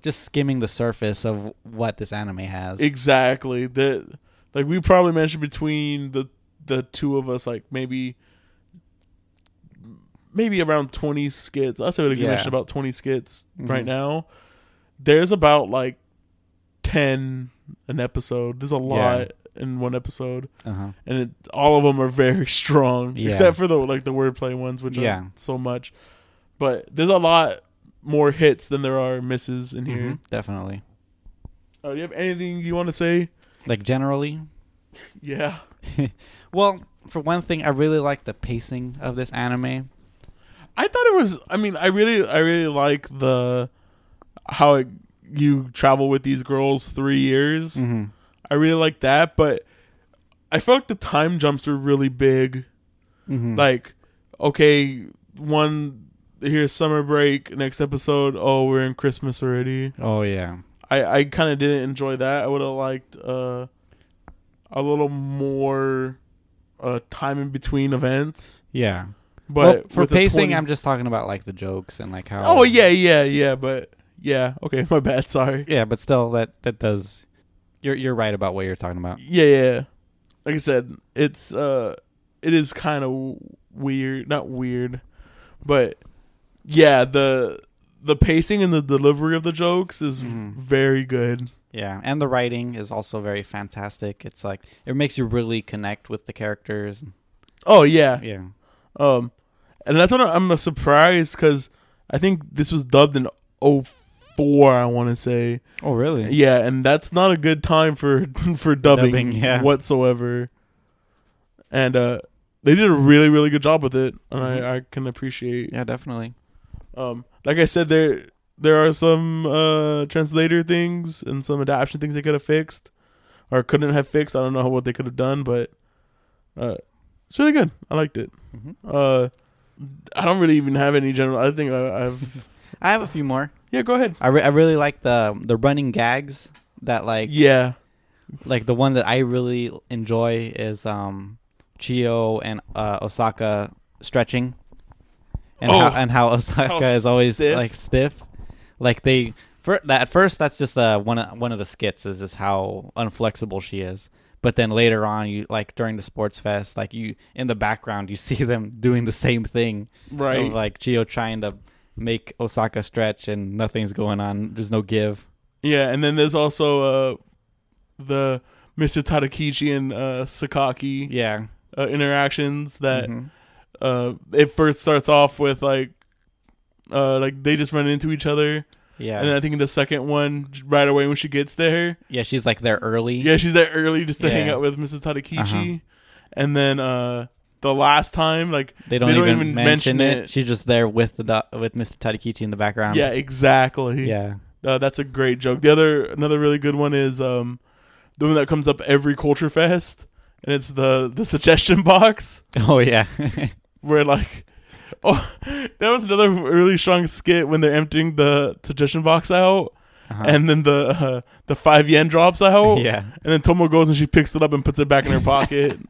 B: just skimming the surface of what this anime has.
A: Exactly. That like we probably mentioned between the the two of us, like maybe maybe around twenty skits. I said we
B: Yeah.
A: mentioned about twenty skits
B: Mhm.
A: right now. There's about like ten an episode. There's a lot in one episode,
B: uh-huh.
A: and it, all of them are very strong,
B: Yeah.
A: except for the like the wordplay ones, which yeah.
B: Yeah.
A: are so much. But there's a lot more hits than there are misses in here.
B: Mhm, Definitely.
A: Uh, do you have anything you want to say?
B: Like generally,
A: Yeah.
B: well, for one thing, I really like the pacing of this anime.
A: I thought it was. I mean, I really, I really like the how it, you travel with these girls three years.
B: Mm-hmm.
A: I really like that, but I felt like the time jumps were really big.
B: Mm-hmm.
A: Like, okay, one here's summer break. Next episode, oh, we're in Christmas already.
B: oh yeah.
A: I I kind of didn't enjoy that. I would have liked uh a little more uh time in between events.
B: Yeah.
A: But
B: well, for
A: with the
B: pacing,
A: 20
B: I'm just talking about like the jokes and like how.
A: Oh yeah, yeah, yeah. But Yeah. Okay. My bad. Sorry.
B: Yeah, but still, that that does. You're you're right about what you're talking about.
A: Yeah. Yeah. Like I said, it's uh, it is kind of weird. Not weird, but yeah the the pacing and the delivery of the jokes is
B: Mhm.
A: very good.
B: Yeah, and the writing is also very fantastic. It's like it makes you really connect with the characters.
A: Oh yeah.
B: Yeah,
A: Um, and that's what I'm I'm surprised because I think this was dubbed in 04, I want to say.
B: Oh, really?
A: Yeah, and that's not a good time for for dubbing,
B: Dubbing, yeah.
A: whatsoever. And uh, they did a really really good job with it, and I, I can appreciate.
B: Yeah, definitely.
A: Um, like I said, there there are some uh translator things and some adaptation things they could have fixed or couldn't have fixed. I don't know what they could have done, but uh, it's really good. I liked it.
B: Mhm.
A: Uh, I don't really even have any general. I think I, I've
B: I have a few more.
A: yeah. Go ahead.
B: I, re- I really like the the running gags that like
A: yeah.
B: like the one that I really enjoy is um Chio and uh, Osaka stretching, and
A: Oh.
B: how and how Osaka is always
A: stiff.
B: like stiff, like they for that at first that's just uh, one of, one of the skits is just how unflexible she is. But then later on, you like during the sports fest, like you in the background, you see them doing the same thing,
A: Right.
B: Of, like Chio trying to make Osaka stretch, and nothing's going on. There's no give.
A: Yeah, and then there's also uh the Mr. Tadakichi and uh, Sakaki
B: Yeah,
A: uh, interactions that
B: Mhm.
A: uh it first starts off with like uh like they just run into each other
B: yeah,
A: and then i think in the second one j- right away when she gets there
B: yeah. She's like there early.
A: yeah she's there early just to hang
B: Yeah.
A: out with mrs tadakichi
B: Uh-huh.
A: and then uh the last time like
B: They don't, even, mention, it. She's just there with the do- with Mr. Tadakichi in the background.
A: yeah exactly
B: yeah,
A: uh, that's a great joke the other another really good one is um the one that comes up every culture fest and it's the the suggestion box
B: oh yeah,
A: where like oh that was another really strong skit when they're emptying the suggestion box out
B: Uh-huh.
A: and oh. then the uh, the five yen drops out
B: yeah,
A: and then tomo goes and she picks it up and puts it back in her pocket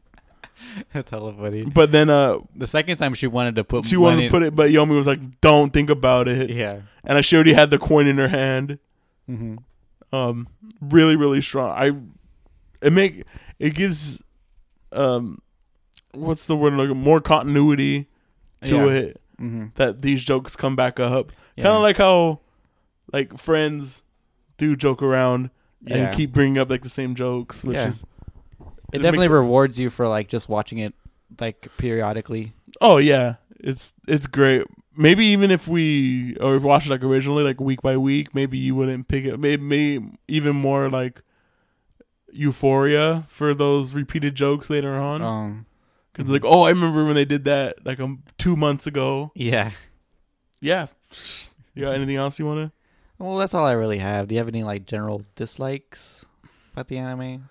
B: telepathy.
A: but then uh
B: The second time she wanted to put
A: she wanted
B: money,
A: to put it but yomi was like don't think about it
B: yeah,
A: and she already had the coin in her hand
B: hmm
A: um really really strong i it make it gives um what's the word like more continuity to
B: Yeah.
A: it
B: hmm
A: that these jokes come back up
B: Yeah.
A: Kind of like how, like friends, do joke around and
B: Yeah.
A: keep bringing up like the same jokes, which
B: Yeah.
A: is it
B: it, definitely
A: makes it-
B: rewards you for like just watching it like periodically.
A: oh yeah, it's it's great. Maybe even if we or if we watched it like originally, like week by week, maybe you wouldn't pick it. Maybe, maybe even more like euphoria for those repeated jokes later on
B: Um,
A: because like oh I remember when they did that like um two months ago.
B: yeah.
A: Yeah, you got anything else you want to?
B: Well, that's all I really have. Do you have any like general dislikes about the anime?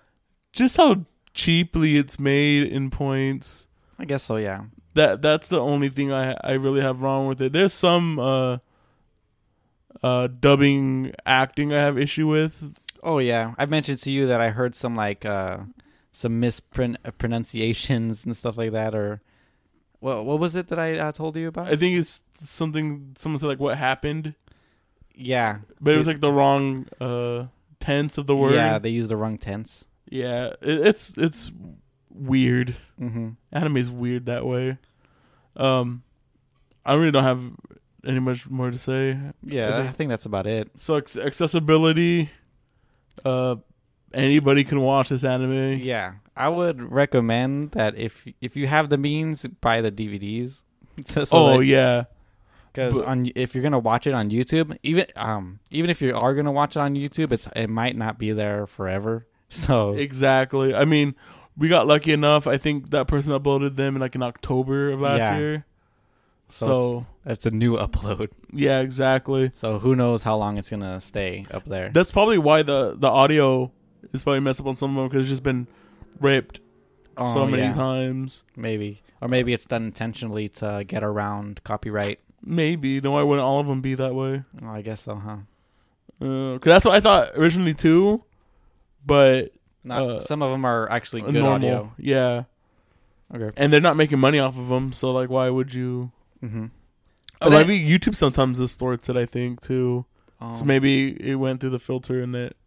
A: Just how cheaply it's made in points.
B: I guess so. Yeah.
A: that that's the only thing I I really have wrong with it. There's some uh uh dubbing acting I have issue with.
B: Oh yeah, I mentioned to you that I heard some like uh some mispron uh, pronunciations and stuff like that, or what what was it that I uh, told you about?
A: I think it's something someone said like what happened,
B: yeah,
A: but it was like the wrong uh tense of the word.
B: yeah,
A: Yeah,
B: they used the wrong tense.
A: it, it's it's weird.
B: Mm-hmm.
A: Anime's weird that way. Um I really don't have any much more to say.
B: Yeah,
A: Okay.
B: I think that's about it.
A: So acc- accessibility uh anybody can watch this anime.
B: Yeah, I would recommend that if if you have the means, buy the DVDs. So- so
A: oh
B: that-
A: yeah.
B: because
A: But-
B: on if you're gonna watch it on YouTube, even um even if you are gonna watch it on YouTube, it's it might not be there forever. So
A: Exactly. I mean, we got lucky enough. I think that person uploaded them in like in October of last
B: Yeah.
A: year.
B: So
A: So,
B: that's a new upload.
A: yeah, exactly.
B: So who knows how long it's gonna stay up there?
A: That's probably why the the audio is probably messed up on some of them because it's just been ripped so
B: Oh,
A: many
B: yeah.
A: times.
B: Maybe, or maybe it's done intentionally to get around copyright.
A: Maybe then why wouldn't all of them be that way?
B: Well, I guess so, huh?
A: Because that's what I thought originally too. But
B: Not,
A: Uh,
B: some of them are actually good
A: normal,
B: audio.
A: yeah.
B: Okay.
A: And they're not making money off of them, so like, why would you?
B: Mm-hmm.
A: Oh,
B: But I-
A: maybe YouTube sometimes distorts it. I think too.
B: Um,
A: So maybe it went through the filter and it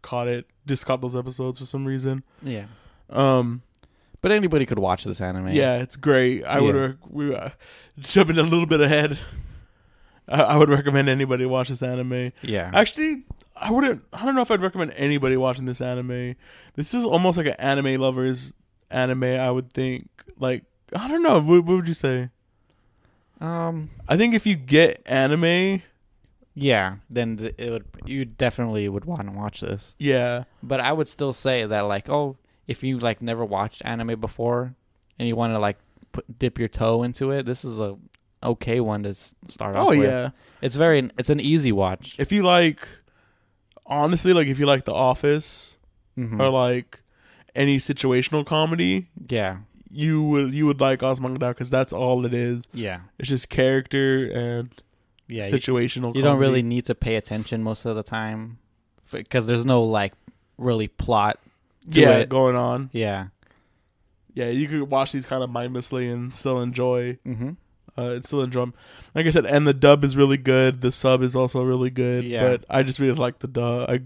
A: caught it, just caught those episodes for some reason.
B: yeah.
A: Um,
B: But anybody could watch this anime.
A: yeah, it's great. I would
B: Yeah.
A: rec- we uh, jumping a little bit ahead. I, I would recommend anybody watch this anime.
B: Yeah.
A: Actually, I wouldn't. I don't know if I'd recommend anybody watching this anime. This is almost like an anime lovers anime. I would think. Like I don't know. What, what would you say?
B: um.
A: I think if you get anime,
B: Yeah. Then th- it would. You definitely would want to watch this.
A: yeah,
B: But I would still say that like, oh, if you like never watched anime before, and you want to like put, dip your toe into it, this is a okay one to s- start off.
A: oh
B: with.
A: yeah.
B: It's very. It's an easy watch.
A: If you like, honestly, like if you like The Office
B: Mhm.
A: or like any situational comedy,
B: yeah.
A: you would you would like Osmangada because that's all it is.
B: Yeah.
A: It's just character and
B: Yeah. you-
A: situational.
B: you don't
A: comedy.
B: really need to pay attention most of the time because there's no like really plot to
A: yeah
B: it.
A: going on.
B: yeah
A: Yeah, you could watch these kind of mindlessly and still enjoy.
B: mm-hmm.
A: Uh, and still enjoy. 'em. Like I said, and the dub is really good. The sub is also really good.
B: Yeah.
A: But I just really like the dub. I,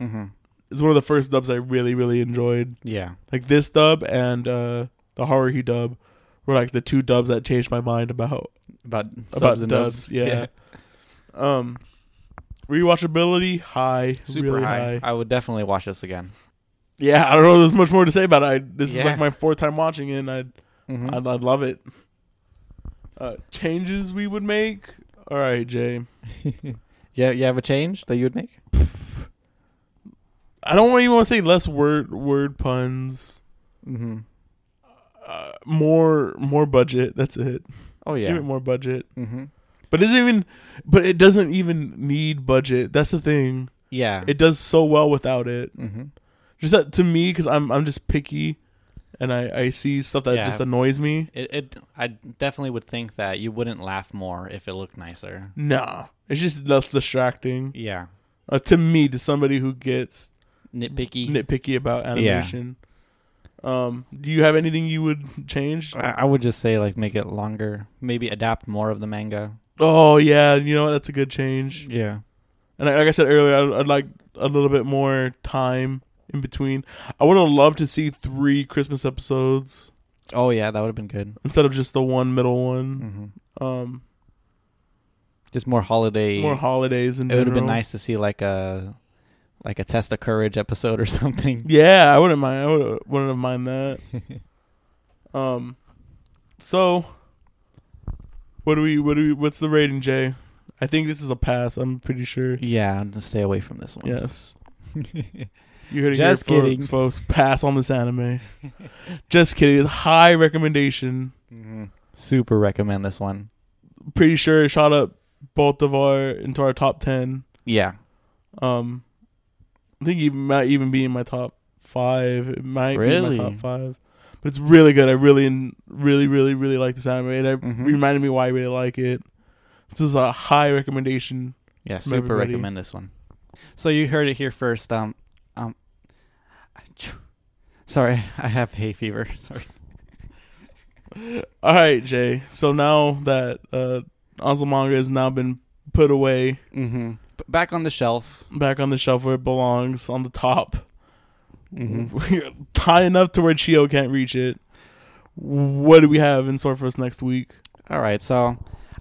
B: Mm-hmm.
A: it's one of the first dubs I really really enjoyed.
B: yeah
A: like this dub and uh the Haruhi dub were like the two dubs that changed my mind about
B: about
A: about
B: subs and
A: dubs.
B: dubs
A: Yeah. Um rewatchability high,
B: super
A: really
B: high.
A: high.
B: i would definitely watch this again
A: Yeah, I don't know there's much more to say about it. I, this is
B: Yeah.
A: like my fourth time watching it and I'd,
B: Mhm.
A: I'd I'd love it. Uh changes we would make. All right, Jay.
B: yeah you have a change that you would make
A: I don't even want to say less word word puns.
B: mm-hmm.
A: Uh, more more budget. That's it.
B: oh
A: Give
B: yeah
A: it more budget.
B: mm-hmm.
A: But it's even but it doesn't even need budget. That's the thing.
B: yeah
A: It does so well without it.
B: mm-hmm.
A: Just that to me cuz I'm I'm just picky and I I see stuff that
B: Yeah.
A: just annoys me.
B: It, it i definitely would think that you wouldn't laugh more if it looked nicer
A: Nah. It's just less distracting
B: yeah
A: uh, to me to somebody who gets
B: nitpicky
A: nitpicky about animation. Um do you have anything you would change?
B: I, I would just say like make it longer maybe adapt more of the manga
A: Oh yeah, you know what? that's a good change.
B: yeah
A: And I- like I said earlier, I'd, I'd like a little bit more time in between. I would have loved to see 3 Christmas episodes.
B: oh yeah that would have been good
A: instead of just the one middle one.
B: mm-hmm.
A: Um,
B: just more holiday.
A: more holidays and
B: it would have been nice to see like a like a test of courage episode or something.
A: Yeah, I wouldn't mind. I would wouldn't have mind that. Um, so what do we? What do we? What's the rating, Jay? I think this is a pass. I'm pretty sure.
B: yeah, I'm gonna stay away from this one.
A: Yes, you heard it
B: Just
A: here,
B: kidding.
A: folks, folks. Pass on this anime. just kidding. It's high recommendation.
B: Mhm. Super recommend this one.
A: Pretty sure it shot up both of our into our top ten.
B: Yeah.
A: Um, I think it might even be in my top five. It might be
B: Really?
A: in my top five, but it's really good. I really, really, really, really like this anime. It
B: Mhm.
A: reminded me why I really like it. This is a high recommendation.
B: Yeah,
A: From
B: super
A: everybody.
B: recommend this one. So you heard it here first. Um um Sorry, I have hay fever. Sorry.
A: All right, Jay. So now that uh, Oslo manga has now been put away
B: Mhm. B- Back on the shelf.
A: back on the shelf where it belongs, on the top,
B: Mhm.
A: high enough to where Chio can't reach it. What do we have in store for us next week?
B: All right, so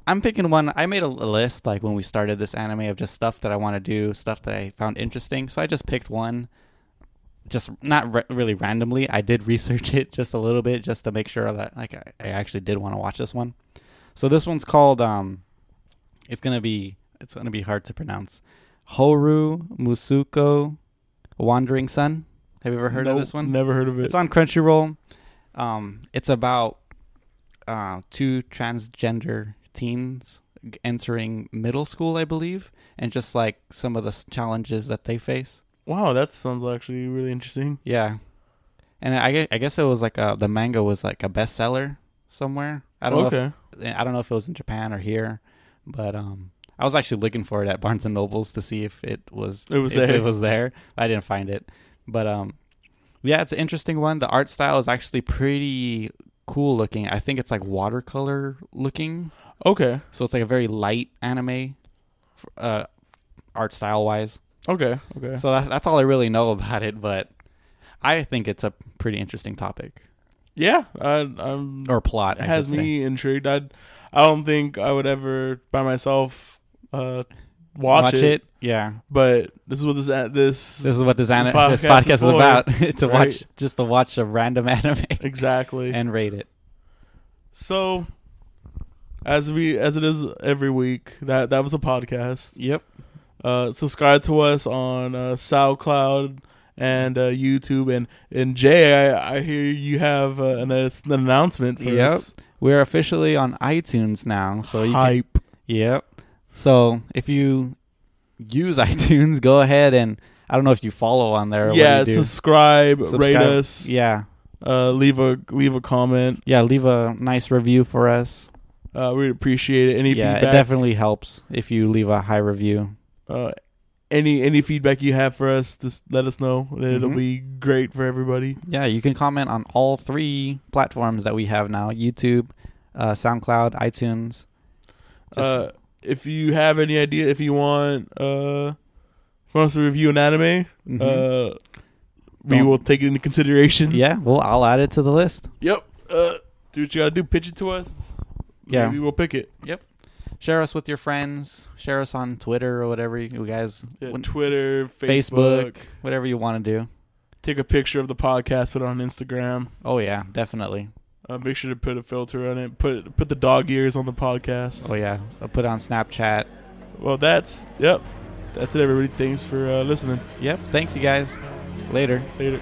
B: I'm picking one. I made a, a list like when we started this anime of just stuff that I want to do, stuff that I found interesting. So I just picked one, just not re- really randomly. I did research it just a little bit just to make sure that like I, I actually did want to watch this one. So this one's called um, it's gonna be it's gonna be hard to pronounce. Horu Musuko, Wandering Sun. Have you ever heard
A: Nope,
B: of this one?
A: Never heard of it.
B: It's on Crunchyroll. Um, it's about uh, two transgender teens g- entering middle school, I believe, and just like some of the s- challenges that they face.
A: Wow, that sounds actually really interesting.
B: Yeah, and I, gue- I guess it was like a, the manga was like a bestseller somewhere. I don't know.
A: okay.
B: If, I don't know if it was in Japan or here, but um, I was actually looking for it at Barnes and Nobles to see if it was
A: It was
B: if
A: there.
B: It was there. I didn't find it, but um, yeah, it's an interesting one. The art style is actually pretty cool looking. I think it's like watercolor looking,
A: Okay.
B: so it's like a very light anime. f- Uh, art style wise.
A: Okay. Okay.
B: So that, that's all I really know about it, but I think it's a pretty interesting topic
A: yeah. I, I'm.
B: or plot. I
A: it has
B: should say.
A: me intrigued. I I don't think I would ever by myself uh watch, it,
B: Yeah,
A: But this is what this at this
B: this is what this, anime
A: podcast
B: this podcast
A: is
B: is
A: for,
B: about. to
A: right?
B: watch just to watch a random anime
A: exactly.
B: and rate it.
A: so as we as it is every week, that that was a podcast.
B: Yep.
A: Uh subscribe to us on uh SoundCloud and uh YouTube and and Jay, I, I hear you have uh, an, an announcement for
B: Yep.
A: us.
B: We're officially on iTunes now, so you can,
A: hype.
B: Yep. So if you use iTunes, go ahead and I don't know if you follow on there. or what
A: yeah,
B: you do.
A: subscribe, rate
B: Subscribe.
A: us,
B: Yeah,
A: uh leave a leave a comment.
B: yeah. Leave a nice review for us.
A: Uh, we appreciate it. Any
B: yeah,
A: feedback,
B: it definitely helps if you leave a high review.
A: uh, any any feedback you have for us, just let us know. It'll
B: Mhm.
A: be great for everybody.
B: Yeah, you can comment on all three platforms that we have now: YouTube, uh, SoundCloud, iTunes. Just-
A: uh, if you have any idea, if you want, uh, if you want us to review an anime,
B: Mhm.
A: uh, we
B: Don't-
A: will take it into consideration.
B: yeah, well, I'll add it to the list.
A: Yep. Uh, do what you gotta do. Pitch it to us.
B: Yeah.
A: Maybe we'll pick it.
B: Share us with your friends. Share us on Twitter or whatever you guys,
A: Yeah,
B: wh-
A: Twitter,
B: Facebook.
A: Facebook.
B: whatever you want to do.
A: Take a picture of the podcast. Put it on Instagram.
B: Oh yeah, definitely.
A: Uh, make sure to put a filter on it. Put put the dog ears on the podcast.
B: Oh yeah, I'll put it on Snapchat.
A: Well, that's yep. That's it, everybody. Thanks for uh, listening.
B: Yep. Thanks, you guys. Later.
A: Later.